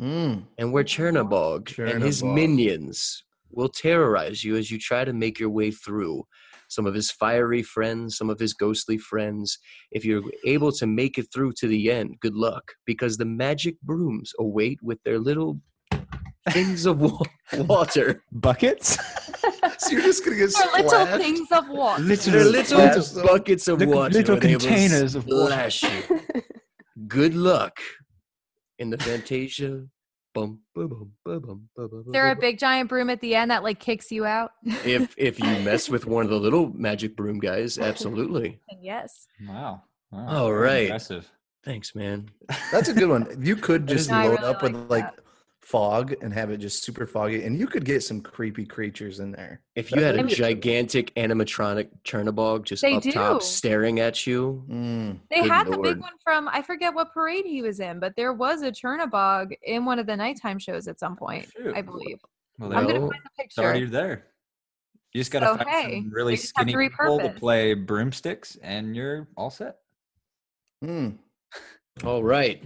Mm,
and where Chernabog, and his
Chernabog.
minions will terrorize you as you try to make your way through. Some of his fiery friends, some of his ghostly friends. If you're able to make it through to the end, good luck, because the magic brooms await with their little things of wa- water.
Buckets?
so you're just gonna get
Or little
splashed.
things of water.
They're little
Splash them.
buckets of
Look-
water.
little
where they will
containers of water.
splash you. Good luck in the Fantasia bum, ba-bum, ba-bum, ba-bum,
Is there a
ba-bum.
big giant broom at the end that like kicks you out?
If if you mess with one of the little magic broom guys, absolutely.
And yes.
Wow. wow.
All
Very
right.
Impressive.
Thanks, man.
That's a good one. You could just
No, I
load
really
up with
like
like
that.
fog and have it just super foggy, and you could get some creepy creatures in there.
If you had
I
a
mean-
gigantic animatronic Chernabog just
They
up top
do.
staring at you,
Mm.
They
Good
had the
lord.
big one from I forget what parade he was in, but there was a Chernabog in one of the nighttime shows at some point,
Shoot.
I believe.
Well,
I'm
there
gonna
you
Well,
find the
it's already
picture.
there. You just gotta
So,
find
hey,
some really
we just have to
skinny people to
repurpose.
play broomsticks, and you're all set.
Mm.
All right.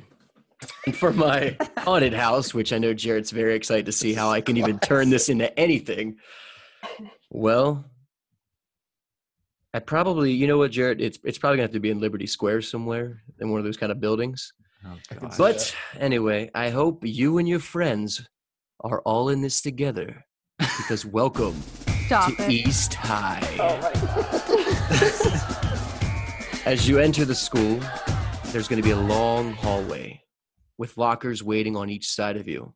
And for my haunted house, which I know Jared's very excited to see how I can even turn this into anything. Well, I probably, you know what, Jared, it's it's probably gonna have to be in Liberty Square somewhere in one of those kind of buildings.
Oh,
I can
God.
see that.
But anyway, I hope you and your friends are all in this together. Because welcome
Stop
to
it.
E
East High. As you enter the school, there's going to be a long hallway with lockers waiting on each side of you.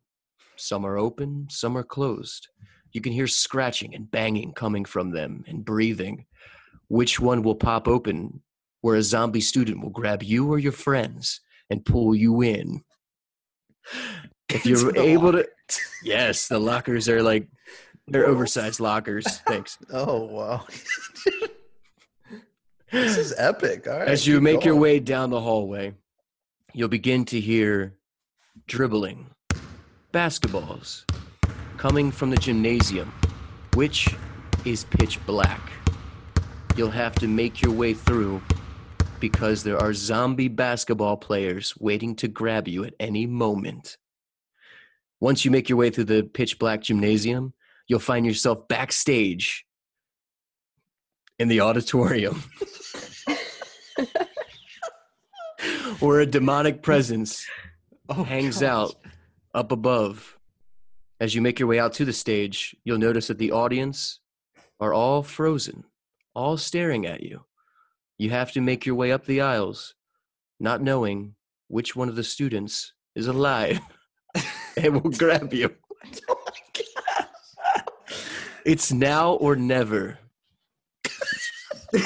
Some are open, some are closed. You can hear scratching and banging coming from them and breathing. Which one will pop open where a zombie student will grab you or your friends and pull you in? If you're able to Yes, the lockers are like they're oversized lockers. Thanks.
Oh wow, this is epic. All right,
As you
keep
make your
going.
way down the hallway, you'll begin to hear dribbling, basketballs coming from the gymnasium, which is pitch black. You'll have to make your way through because there are zombie basketball players waiting to grab you at any moment. Once you make your way through the pitch black gymnasium, you'll find yourself backstage in the auditorium. where a demonic presence
Oh,
Oh,
hangs out up above. As you make your way out to the stage, you'll notice that the audience are all frozen, all staring at you. You have to make your way up the aisles, not knowing which one of the students is alive and will grab you. It's now or never.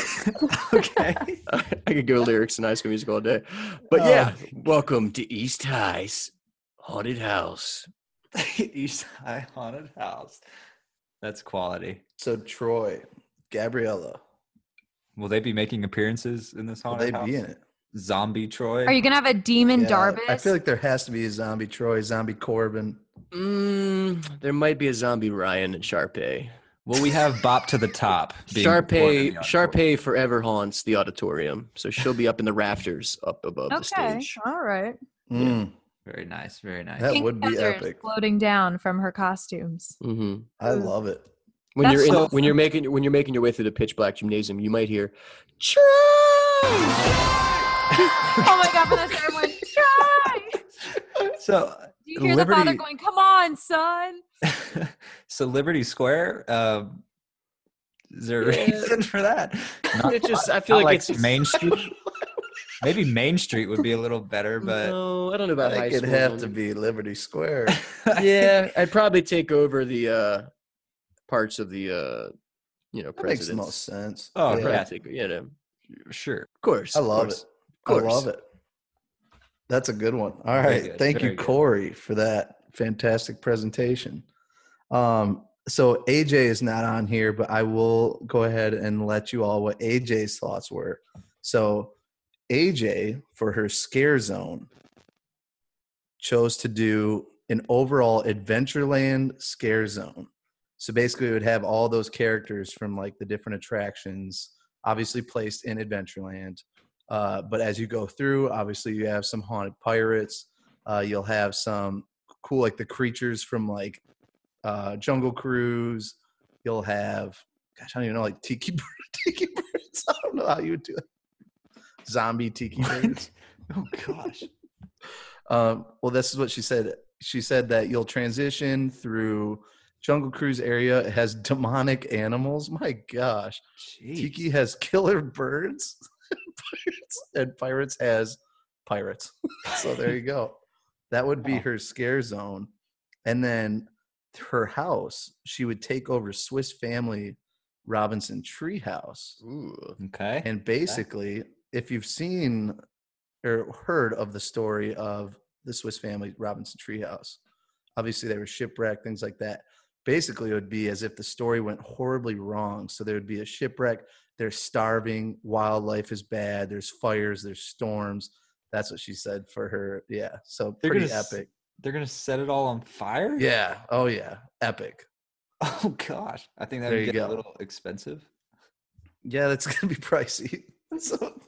okay.
I could go lyrics and high school music all day. But
Uh,
yeah, welcome to East High's Haunted House.
East High Haunted House. That's quality.
So Troy, Gabriella,
Will they be making appearances in this
will
haunted
they
house?
be in it?
Zombie Troy.
Are you gonna have a demon
Yeah,
Darvis?
I feel like there has to be a zombie Troy, zombie Corbin.
Mm, there might be a zombie Ryan and Sharpay.
Will we have Bop to the top? being performed in
Sharpay,
the auditorium?
Sharpay forever haunts the auditorium, so she'll be up in the rafters up above the
okay.
stage.
All right.
Mm,
Very nice. Very nice.
That
Pink
would be
feathers
epic.
Floating down from her costumes.
hmm
I love it.
When
That's
you're in,
awesome.
when you're making when you're making your way through the pitch black gymnasium, you might hear Troy.
oh my god, Vanessa, everyone try. Do
So,
you hear the father
Liberty-
going, Come on, son?
so Liberty Square. Um, is there a reason for that? Not,
It just I feel
not
like,
like
it's just,
Main Street. Maybe Main Street would be a little better, but
no, I don't know
I
about high
think it'd
school.
have
zombie.
to be Liberty Square.
yeah, I'd probably take over the uh, parts of the uh, you know
That makes the
presidents.
most sense.
Oh,
I'd
right.
probably
Yeah.
take- you know, of
sure.
course.
I
of
love
course,
it.
Of course.
I love it. That's a good one. All
Very
right.
good,
Thank
very
you,
good.
Corey, for that fantastic presentation. Um, so AJ is not on here, but I will go ahead and let you all what AJ's thoughts were. So AJ, for her scare zone, chose to do an overall Adventureland scare zone. So basically, it would have all those characters from like the different attractions, obviously placed in Adventureland. Uh, but as you go through, obviously you have some haunted pirates. Uh, you'll have some cool, like the creatures from like uh, Jungle Cruise. You'll have, gosh, I don't even know, like tiki bird, tiki birds. I don't know how you would do it. Zombie tiki birds.
Oh gosh.
Um, well, this is what she said. She said that you'll transition through Jungle Cruise area. It has demonic animals. My gosh. Tiki has killer birds, pirates, and pirates has pirates. so there you go. That would be
Wow.
her scare zone. And then her house, she would take over Swiss Family Robinson Tree House.
Ooh.
Okay.
And basically, if you've seen or heard of the story of the Swiss family Robinson Treehouse, obviously they were shipwrecked, things like that. Basically, it would be as if the story went horribly wrong. So there would be a shipwreck, they're starving, wildlife is bad, there's fires, there's storms. That's what she said for her. Yeah. So
They're
pretty
gonna s-
epic.
They're gonna set it all on fire.
Yeah. Oh, yeah. Epic.
Oh gosh, I think that
There
would
you
get a
go.
little expensive.
yeah that's gonna be pricey so,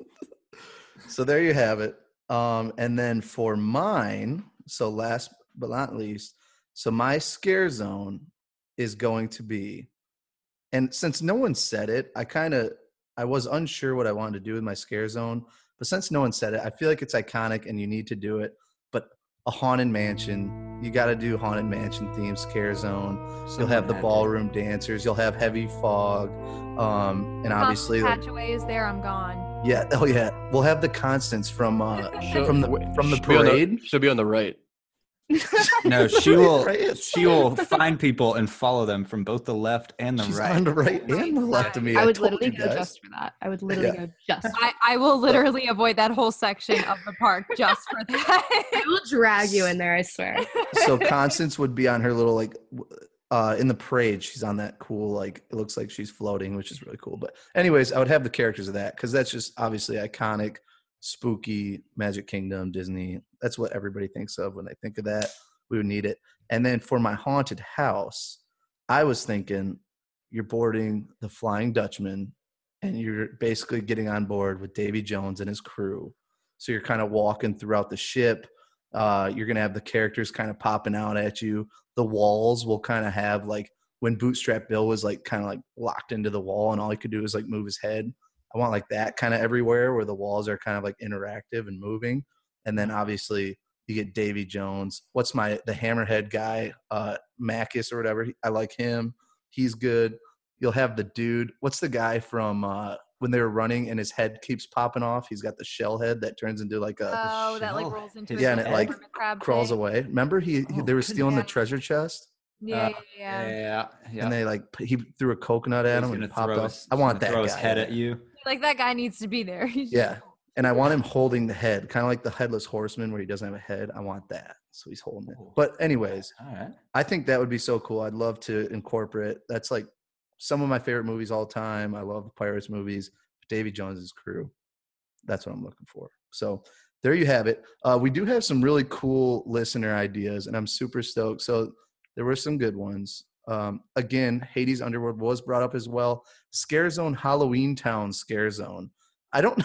so there you have it um and then for mine so last but not least so my scare zone is going to be and since no one said it i kind of i was unsure what i wanted to do with my scare zone but since no one said it i feel like it's iconic and you need to do it but a haunted mansion you got to do haunted mansion theme scare zone you'll
Someone
have the
had to-
ballroom dancers you'll have heavy fog um and obviously like
Hatchaway is there. I'm gone.
yeah oh yeah we'll have the constants from uh from the from the
Should be on
parade
Should be on the right.
No, she will.
Right.
she will find people and follow them from both the left and the
She's
right.
on the right and the left of me
I would
told
literally
you
go
guys.
just for that. I would literally go just. For
I, I will literally avoid that whole section of the park just for
I
that.
Oh,
will drag you in there. I swear.
so constance would be on her little like w- uh in the parade she's on that cool like it looks like she's floating which is really cool but anyways i would have the characters of that because that's just obviously iconic spooky magic kingdom disney that's what everybody thinks of when they think of that we would need it and then for my haunted house i was thinking you're boarding the flying dutchman and you're basically getting on board with davy jones and his crew so you're kind of walking throughout the ship uh, you're gonna have the characters kind of popping out at you. The walls will kind of have like when Bootstrap Bill was like kind of like locked into the wall and all he could do was like move his head. I want like that kind of everywhere where the walls are kind of like interactive and moving. And then obviously you get Davy Jones. What's my the hammerhead guy, uh, Macus or whatever. I like him. He's good. You'll have the dude. What's the guy from uh, when they were running and his head keeps popping off? He's got the shell head that turns into like a
oh, that like
shell.
rolls into
His
Yeah, and it,
giant
like,
hermit crab
crawls
thing.
away. Remember, he, he-
Oh,
they were
goodness.
stealing
Yeah.
the treasure chest,
Yeah,
Uh,
Ah.
yeah, yeah.
Yeah, yeah.
and they like p- he threw a coconut at
He's
him and
gonna
it popped
throw
up.
his-
I
he's
want
gonna
that
Throw his
guy.
head at you.
Like that guy needs to be there. He's just-
Yeah, and I want him holding the head, kind of like the headless horseman where he doesn't have a head. I want that, so he's holding it.
Ooh.
But anyways,
All right.
I think that would be so cool. I'd love to incorporate. That's like some of my favorite movies all time. I love the Pirates movies. Davy Jones's crew. That's what I'm looking for. So there you have it. Uh, we do have some really cool listener ideas, and I'm super stoked. So there were some good ones. Um, again, Hades Underworld was brought up as well. Scare Zone Halloween Town Scare Zone. I don't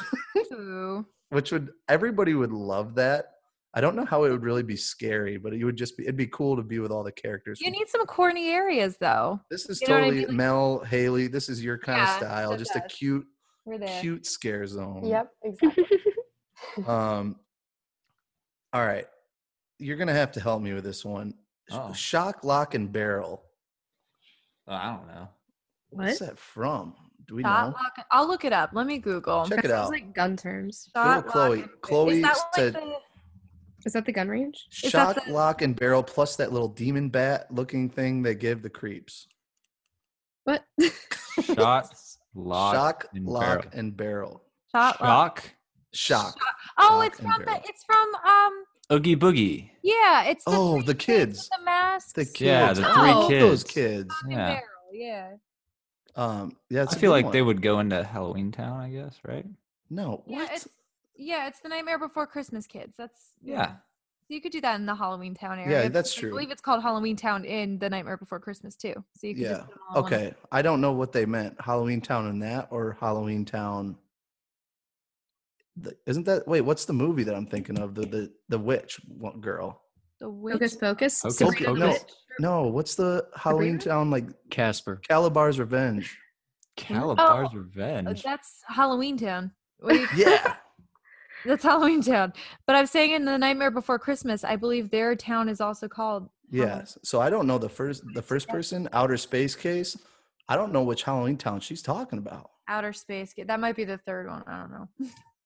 Ooh.
which would everybody would love that. I don't know how it would really be scary, but it would just be it'd be cool to be with all the characters.
You
from-
need some corny areas though.
this is
you know what I
totally
mean? Like-
Mel Haley. This is your kind
Yeah,
of style,
that's
just a
us.
cute,
We're there.
cute scare zone.
Yep, exactly.
Um. All right, you're gonna have to help me with this one. Sh-
Oh.
Shock, lock, and barrel.
Oh, I don't know.
What's
What?
that from? Do we
Shot
know?
lock- I'll look it up. Let me Google.
Check
that
it
sounds
out.
like gun terms.
Shot,
Google Chloe.
lock, and-
Chloe
is that
said-
like the,
Is that the gun range?
that
Shock,
the-
lock, and barrel plus that little demon bat looking thing they give the creeps.
What?
Shot, lock,
Shock,
and
lock,
barrel.
and barrel.
shot, lock.
Shock,
Shock.
Oh,
Shock
it's
and
from the,
barrel.
it's from um
oogie boogie.
yeah, it's the
Oh,
three
the
with
kids.
the masks.
The kids.
Yeah, the
I
three
love Those kids.
kids.
Shock and
Yeah.
barrel, yeah.
Um, yeah, it's
I
a
feel
good
like
one.
they would go into Halloween Town, I guess, right?
No,
Yeah,
what?
it's yeah, it's the Nightmare Before Christmas kids. That's
Yeah.
So you could do that in the Halloween Town area.
that's
I
true.
believe it's called Halloween Town in the Nightmare Before Christmas too. So you could
yeah.
just put them all in one-
Okay. I don't know what they meant. Halloween Town and that, or Halloween Town. The, isn't that wait? What's the movie that I'm thinking of? The the the witch one- girl.
The
Focus,
witch.
focus.
Hocus
Sabrina the
Pocus.
Witch?
Oh, No, what's the Halloween
Sabrina?
Town like?
Casper.
Calabar's Revenge.
Calabar's
Oh, Uh,
Revenge.
That's Halloween Town. What do you-
Yeah.
that's Halloween Town. But I'm saying in the Nightmare Before Christmas, I believe their town is also called. Halloween.
yes. So I don't know the first the first person outer space case. I don't know which Halloween Town she's talking about.
Outer Space. That might be the third one. I don't know.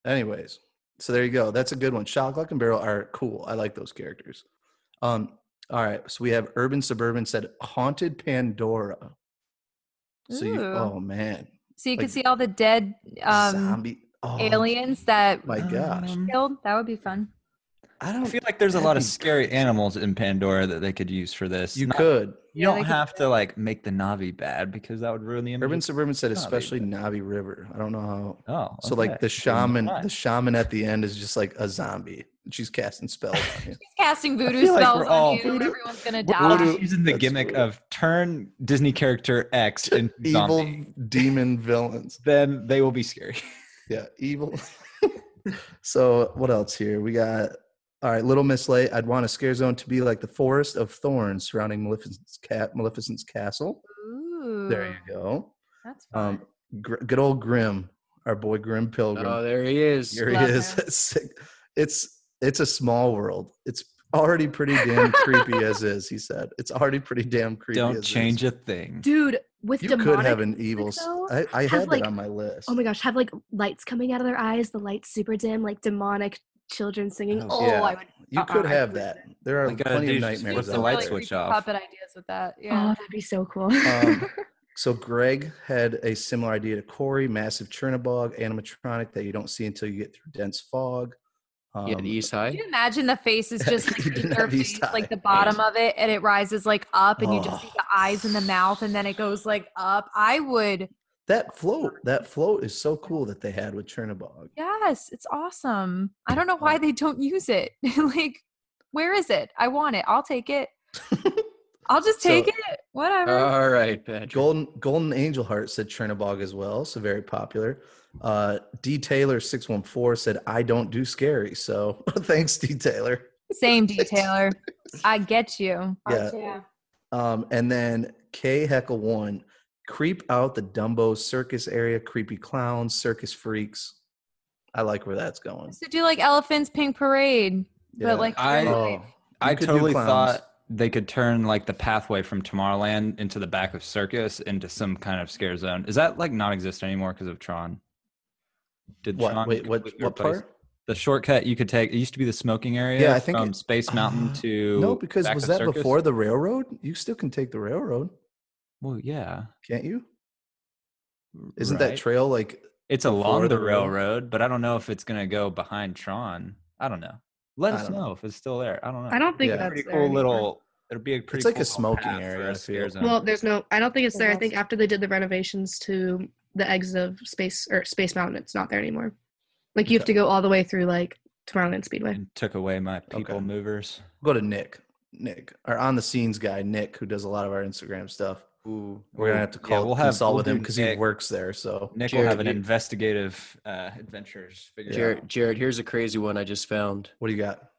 Anyways, so there you go. That's a good one. Shock, Lock, and Barrel are cool. I like those characters. Um, All right. So we have Urban Suburban said Haunted Pandora. So you,
Ooh.
oh man,
So you can
Like,
see all the dead um, oh,
zombie oh,
aliens that
My gosh,
Um,
killed. That would be fun.
I
I
don't.
feel like there's a
that'd
lot of
be
scary animals in Pandora that they could use for this.
You
Not-
could.
You
Yeah, they
don't
could
have to like make the Navi bad because that would ruin the image.
Urban
of-
Suburban said
Navi,
especially Navi River. I don't know how.
Oh,
So like
okay.
the
Give 'em
shaman,
a try.
the shaman at the end is just like a zombie. She's casting spells on you.
She's casting voodoo
feel like
spells
we're
on
all-
you.
Voodoo-
Everyone's gonna
We're all
die.
just using the
That's
gimmick
weird.
of turn Disney character X into
evil
zombie.
demon villains.
Then they will be scary.
Yeah, evil. so what else here? We got all right, Little Miss Lay. I'd want a scare zone to be like the forest of thorns surrounding Maleficent's cat, Maleficent's castle.
Ooh,
There you go.
That's fun.
Um, gr- good old Grim, our boy Grim Pilgrim.
Oh, there he is.
Here he
Love
is.
him.
Sick. It's it's a small world. It's already pretty damn creepy as is. He said it's already pretty damn creepy.
Don't
as
change
is.
a thing.
Dude, with
You
demonic.
could have an evil. s-
though,
I, I
have,
had
like-
that on my list.
oh my gosh, have like lights coming out of their eyes, the lights super dim, like demonic children singing.
Oh,
Oh,
yeah.
I would.
you could
uh-uh, I
have
would-
that. There are
Like, uh,
plenty
dude,
of
just
nightmares.
flip the
out
light
there.
switch
creepy
off.
Puppet ideas with that.
Oh,
Yeah.
that'd be so cool.
Um, So Greg had a similar idea to Corey: massive Chernobog animatronic that you don't see until you get through dense fog. Um,
yeah, the East
Can
High.
you imagine the face is just
You
like
did
their
not use
face,
that.
like the bottom of it, and it rises like up, and you just see
Oh.
the eyes and the mouth, and then it goes like up. I would.
that float, that float is so cool that they had with Chernobog.
Yes, it's awesome. I don't know why they don't use it. like, where is it? I want it. I'll take it. I'll just
So-
take it. Whatever.
Uh-huh.
All right, Patrick.
Golden Golden Angel Heart said Chernobog as well, so very popular. Uh, D Taylor six one four said I don't do scary, so thanks D Taylor.
Same detailer. I get you.
Yeah. Um, and then K Heckle one, creep out the Dumbo circus area, creepy clowns, circus freaks. I like where that's going.
So do like elephants pink parade,
Yeah.
but like
I-
for-
Oh,
I
could do
totally
clowns.
thought they could turn like the pathway from Tomorrowland into the back of Circus into some kind of scare zone. Is that like not exist anymore because of Tron? Did
what?
Tron
Wait, what?
completely
What
replace-
part?
The shortcut you could take. It used to be the smoking area.
Yeah, I think
from
it-
Space Mountain
uh,
to
No, because
back
was
of
that
Circus.
before the railroad? You still can take the railroad,
Well, yeah.
can't you? Isn't that
right.
trail like?
It's
before
along the
the rail-
railroad, but I don't know if it's gonna go behind Tron. I don't know. Let
I
us
don't
know. if it's still there. I don't know.
I don't think
Yeah.
that's
pretty
there
cool
anymore.
little. It'd be a pretty.
like a
cool little
smoking
path for
area,
a
I
scare
feel.
zone.
Well, there's no. I don't think it's
There's
there. I
not-
think after they did the renovations to the exit of Space or Space Mountain, it's not there anymore. Like you have
Okay.
to go all the way through like Tomorrowland Speedway.
and took away my people
Okay.
movers.
Go to Nick, Nick, our on the scenes guy, Nick, who does a lot of our Instagram stuff.
Ooh.
We're gonna
Ooh.
have to
Yeah,
call
we'll have-
consult
we'll
with him
do
because he
Nick.
works there. So
Nick
Jared,
will have an
you-
investigative uh, adventures. Figure it
Jared, Jared, here's a crazy one I just found.
what do you got?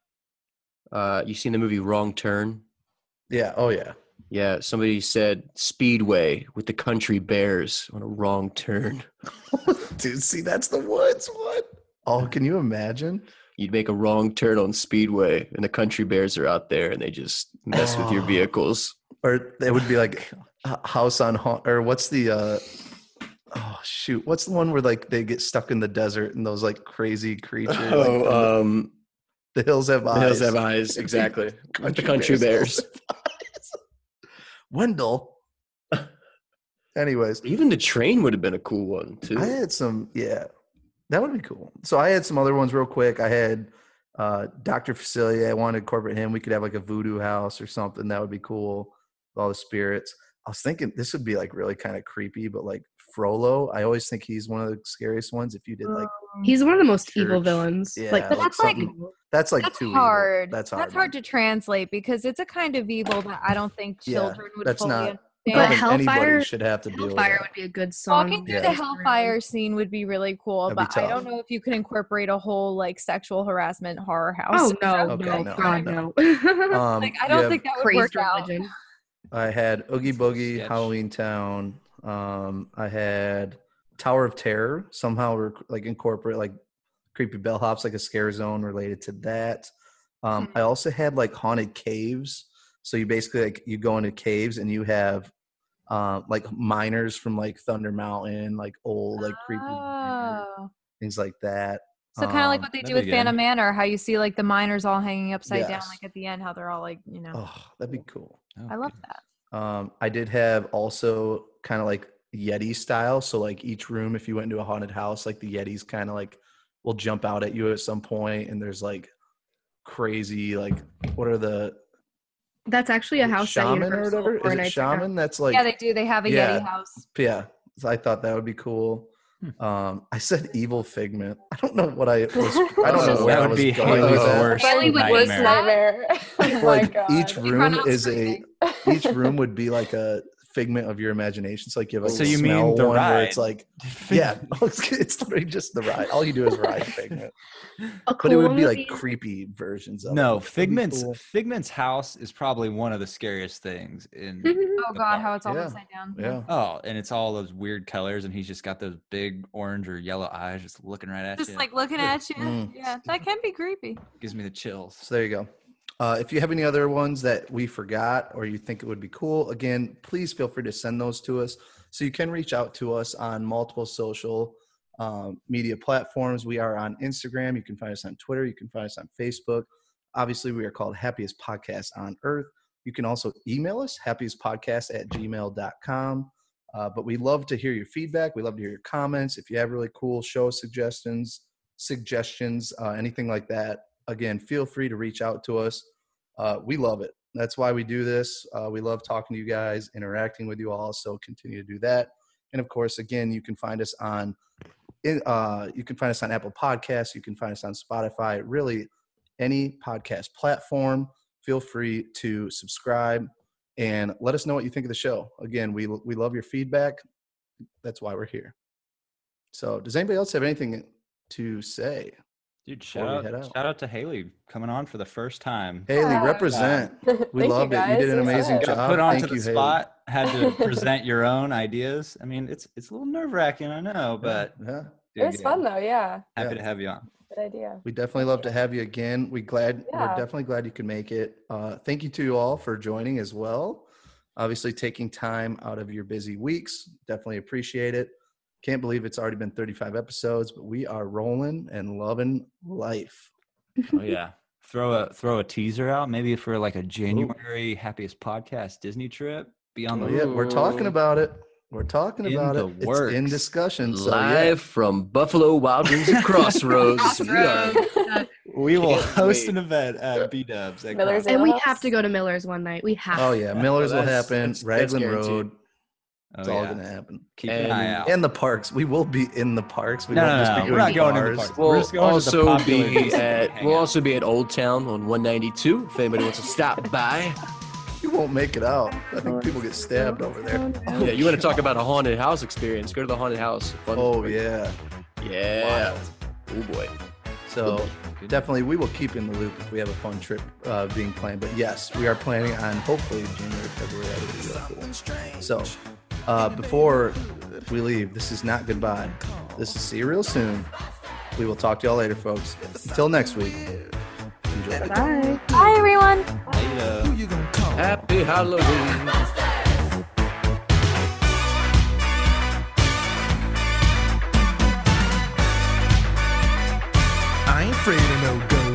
Uh, you seen the movie Wrong Turn?
Yeah. Oh yeah.
Yeah, somebody said Speedway with the country bears on a wrong turn.
Dude, see, that's the woods. What? Oh, can you imagine?
You'd make a wrong turn on Speedway, and the country bears are out there, and they just mess with your
Oh.
vehicles.
Or it would
Oh,
be like h- House on Haunt. Or what's the? uh Oh shoot, what's the one where like they get stuck in the desert and those like crazy creatures? like, from the-
uh,
Oh, um,
the hills have eyes.
the hills have eyes. Exactly. With the country bears.
Wendell. Anyways,
Even the train would have been a cool one too.
I had some, yeah, that would be cool. So I had some other ones real quick. I had uh, Dr. Facilia. I wanted corporate him. We could have like a voodoo house or something. That would be cool. With all the spirits. I was thinking this would be like really kind of creepy, but like Frollo, I always think he's one of the scariest ones. If you did like,
He's one of the most evil
Church.
villains.
Yeah,
like
But
like
that's like
something- that's like
that's
too evil.
hard.
That's hard.
to translate because it's a kind of evil that I don't think
Yeah,
children would
that's
fully
not-
understand.
I don't
But
think
Hellfire-
anybody should have to deal with
Hellfire
that.
would be a good song.
Walking through
Yeah.
the Hellfire scene would be really cool,
That'd be
but I
tough.
don't know if you could incorporate a whole like sexual harassment horror house.
Oh no,
Okay,
no,
no,
God,
no.
no.
Um,
like I
you
don't
have-
think that would
Crazed
work out.
religion.
I had Oogie
It's a little
Boogie,
sketch.
Halloween Town. Um, I had Tower of Terror. Somehow, rec- like incorporate like creepy bellhops, like a scare zone related to that. Um,
Mm-hmm.
I also had like haunted caves. So you basically like you go into caves and you have um, like miners from like Thunder Mountain, like old like creepy miners,
Oh.
things like that.
So kind of like
Um,
what they
that'd
do
be
with
good.
Phantom Manor, how you see like the miners all hanging upside down,
Yes.
like at the end, how they're all like, you know,
Oh, that'd be cool.
Oh,
I love
goodness.
that.
Um, I did have also kind of like Yeti style. So like each room, if you went into a haunted house, like the Yetis kind of like will jump out at you at some point, and there's like crazy like what are the
That's actually a house at
shaman or
Universal
whatever?
Horror
Is it
Nights at
shaman? That's like
yeah, they do. They have a
yeah.
Yeti house.
But yeah, so I thought that would be cool.
Hmm.
Um, I said evil figment. I don't know what I was. I
Oh,
don't know where I
that would
was
be
going with
Haley's
that.
worst
Haley would
Worst
Nightmare.
nightmare. oh my
Like
god.
each
You'd run
room
out
is a
screaming.
each room would be like a figment of your imagination. It's like you have a
So you mean
smell
the
one where it's
ride.
like yeah, it's literally just the ride. All you do is ride figment,
A
but it
cool
would be
movie-
like creepy versions of it,
No,
which would be
Figment's
cool.
Figment's house is probably one of the scariest things in.
Oh
the
God,
park.
how it's all
Yeah.
upside down.
Yeah,
Oh, and it's all those weird colors, and he's just got those big orange or yellow eyes, just looking right at
Just
you.
like looking at you.
Mm.
Yeah, that can be creepy.
gives me the chills.
so there you go. Uh, if you have any other ones that we forgot or you think it would be cool, again, please feel free to send those to us. So you can reach out to us on multiple social um, media platforms. We are on Instagram. You can find us on Twitter. You can find us on Facebook. Obviously, we are called Happiest Podcast on Earth. You can also email us, happiestpodcast at gmail.com. Uh, but we love to hear your feedback. We love to hear your comments. If you have really cool show suggestions, suggestions, uh, anything like that, again, feel free to reach out to us. Uh, we love it. That's why we do this. Uh, we love talking to you guys, interacting with you all. So continue to do that. And of course, again, you can find us on in, uh, you can find us on Apple Podcasts. You can find us on Spotify. Really, any podcast platform. Feel free to subscribe and let us know what you think of the show. Again, we we love your feedback. That's why we're here. So, does anybody else have anything to say?
Dude,
Before
shout
we
out,
head out.
shout out to Haley coming on for the first time.
Haley,
Yeah.
represent. We
Thank
loved
you
it. You
guys.
did an
This was
amazing
good.
Got
job.
put onto
Thank
the
you, Haley.
spot, had to present your own ideas. I mean, it's it's a little nerve wracking, I know, but
yeah,
dude,
it was
yeah,
fun though, yeah.
Happy
Yeah.
to have you on.
Good idea.
we definitely love to have you again. We glad we're
Yeah.
definitely glad you could make it. Uh, thank you to you all for joining as well. Obviously, taking time out of your busy weeks, definitely appreciate it. Can't believe it's already been 35 episodes, but we are rolling and loving life.
Oh yeah, throw a throw a teaser out, maybe for like a January happiest podcast Disney trip. Be on
Oh
the
yeah, we're talking about it. We're talking
In
about
the
it. It's in
works.
discussion. So yeah,
Live from Buffalo Wild Wings at Crossroads. we are
We will
Can't
host
wait.
an event at B Dubs. at
Miller's
Cross-
And we
House.
have to go to Miller's one night. We have.
oh yeah,
Oh,
Miller's will
that's-
happen.
that's- that's
Raglan
guaranteed.
Road. It's
Oh,
all
yeah.
gonna happen.
Keep an eye
And-
out.
And the parks. We will be in the parks. We
No,
won't
no,
just
no,
be
we're
doing
not going in the
bars.
parks. We're
We'll
just going to the
also
popular
be
places to
at
hang
we'll
out.
also be at Old Town on 192 if anybody wants to stop by.
You won't make it out. I think people get stabbed over there.
Yeah, you want to talk about a haunted house experience? Go to the haunted house. Fun-
Oh yeah.
yeah. Oh boy.
So definitely, we will keep in the loop if we have a fun trip uh, being planned. But yes, we are planning on hopefully January, February. That would be really cool. So uh, before we leave, this is not goodbye. This is see you real soon. We will talk to y'all later, folks. Until next week. Enjoy.
Bye.
Hi everyone.
Later.
Happy Halloween.
I ain't afraid of no ghost.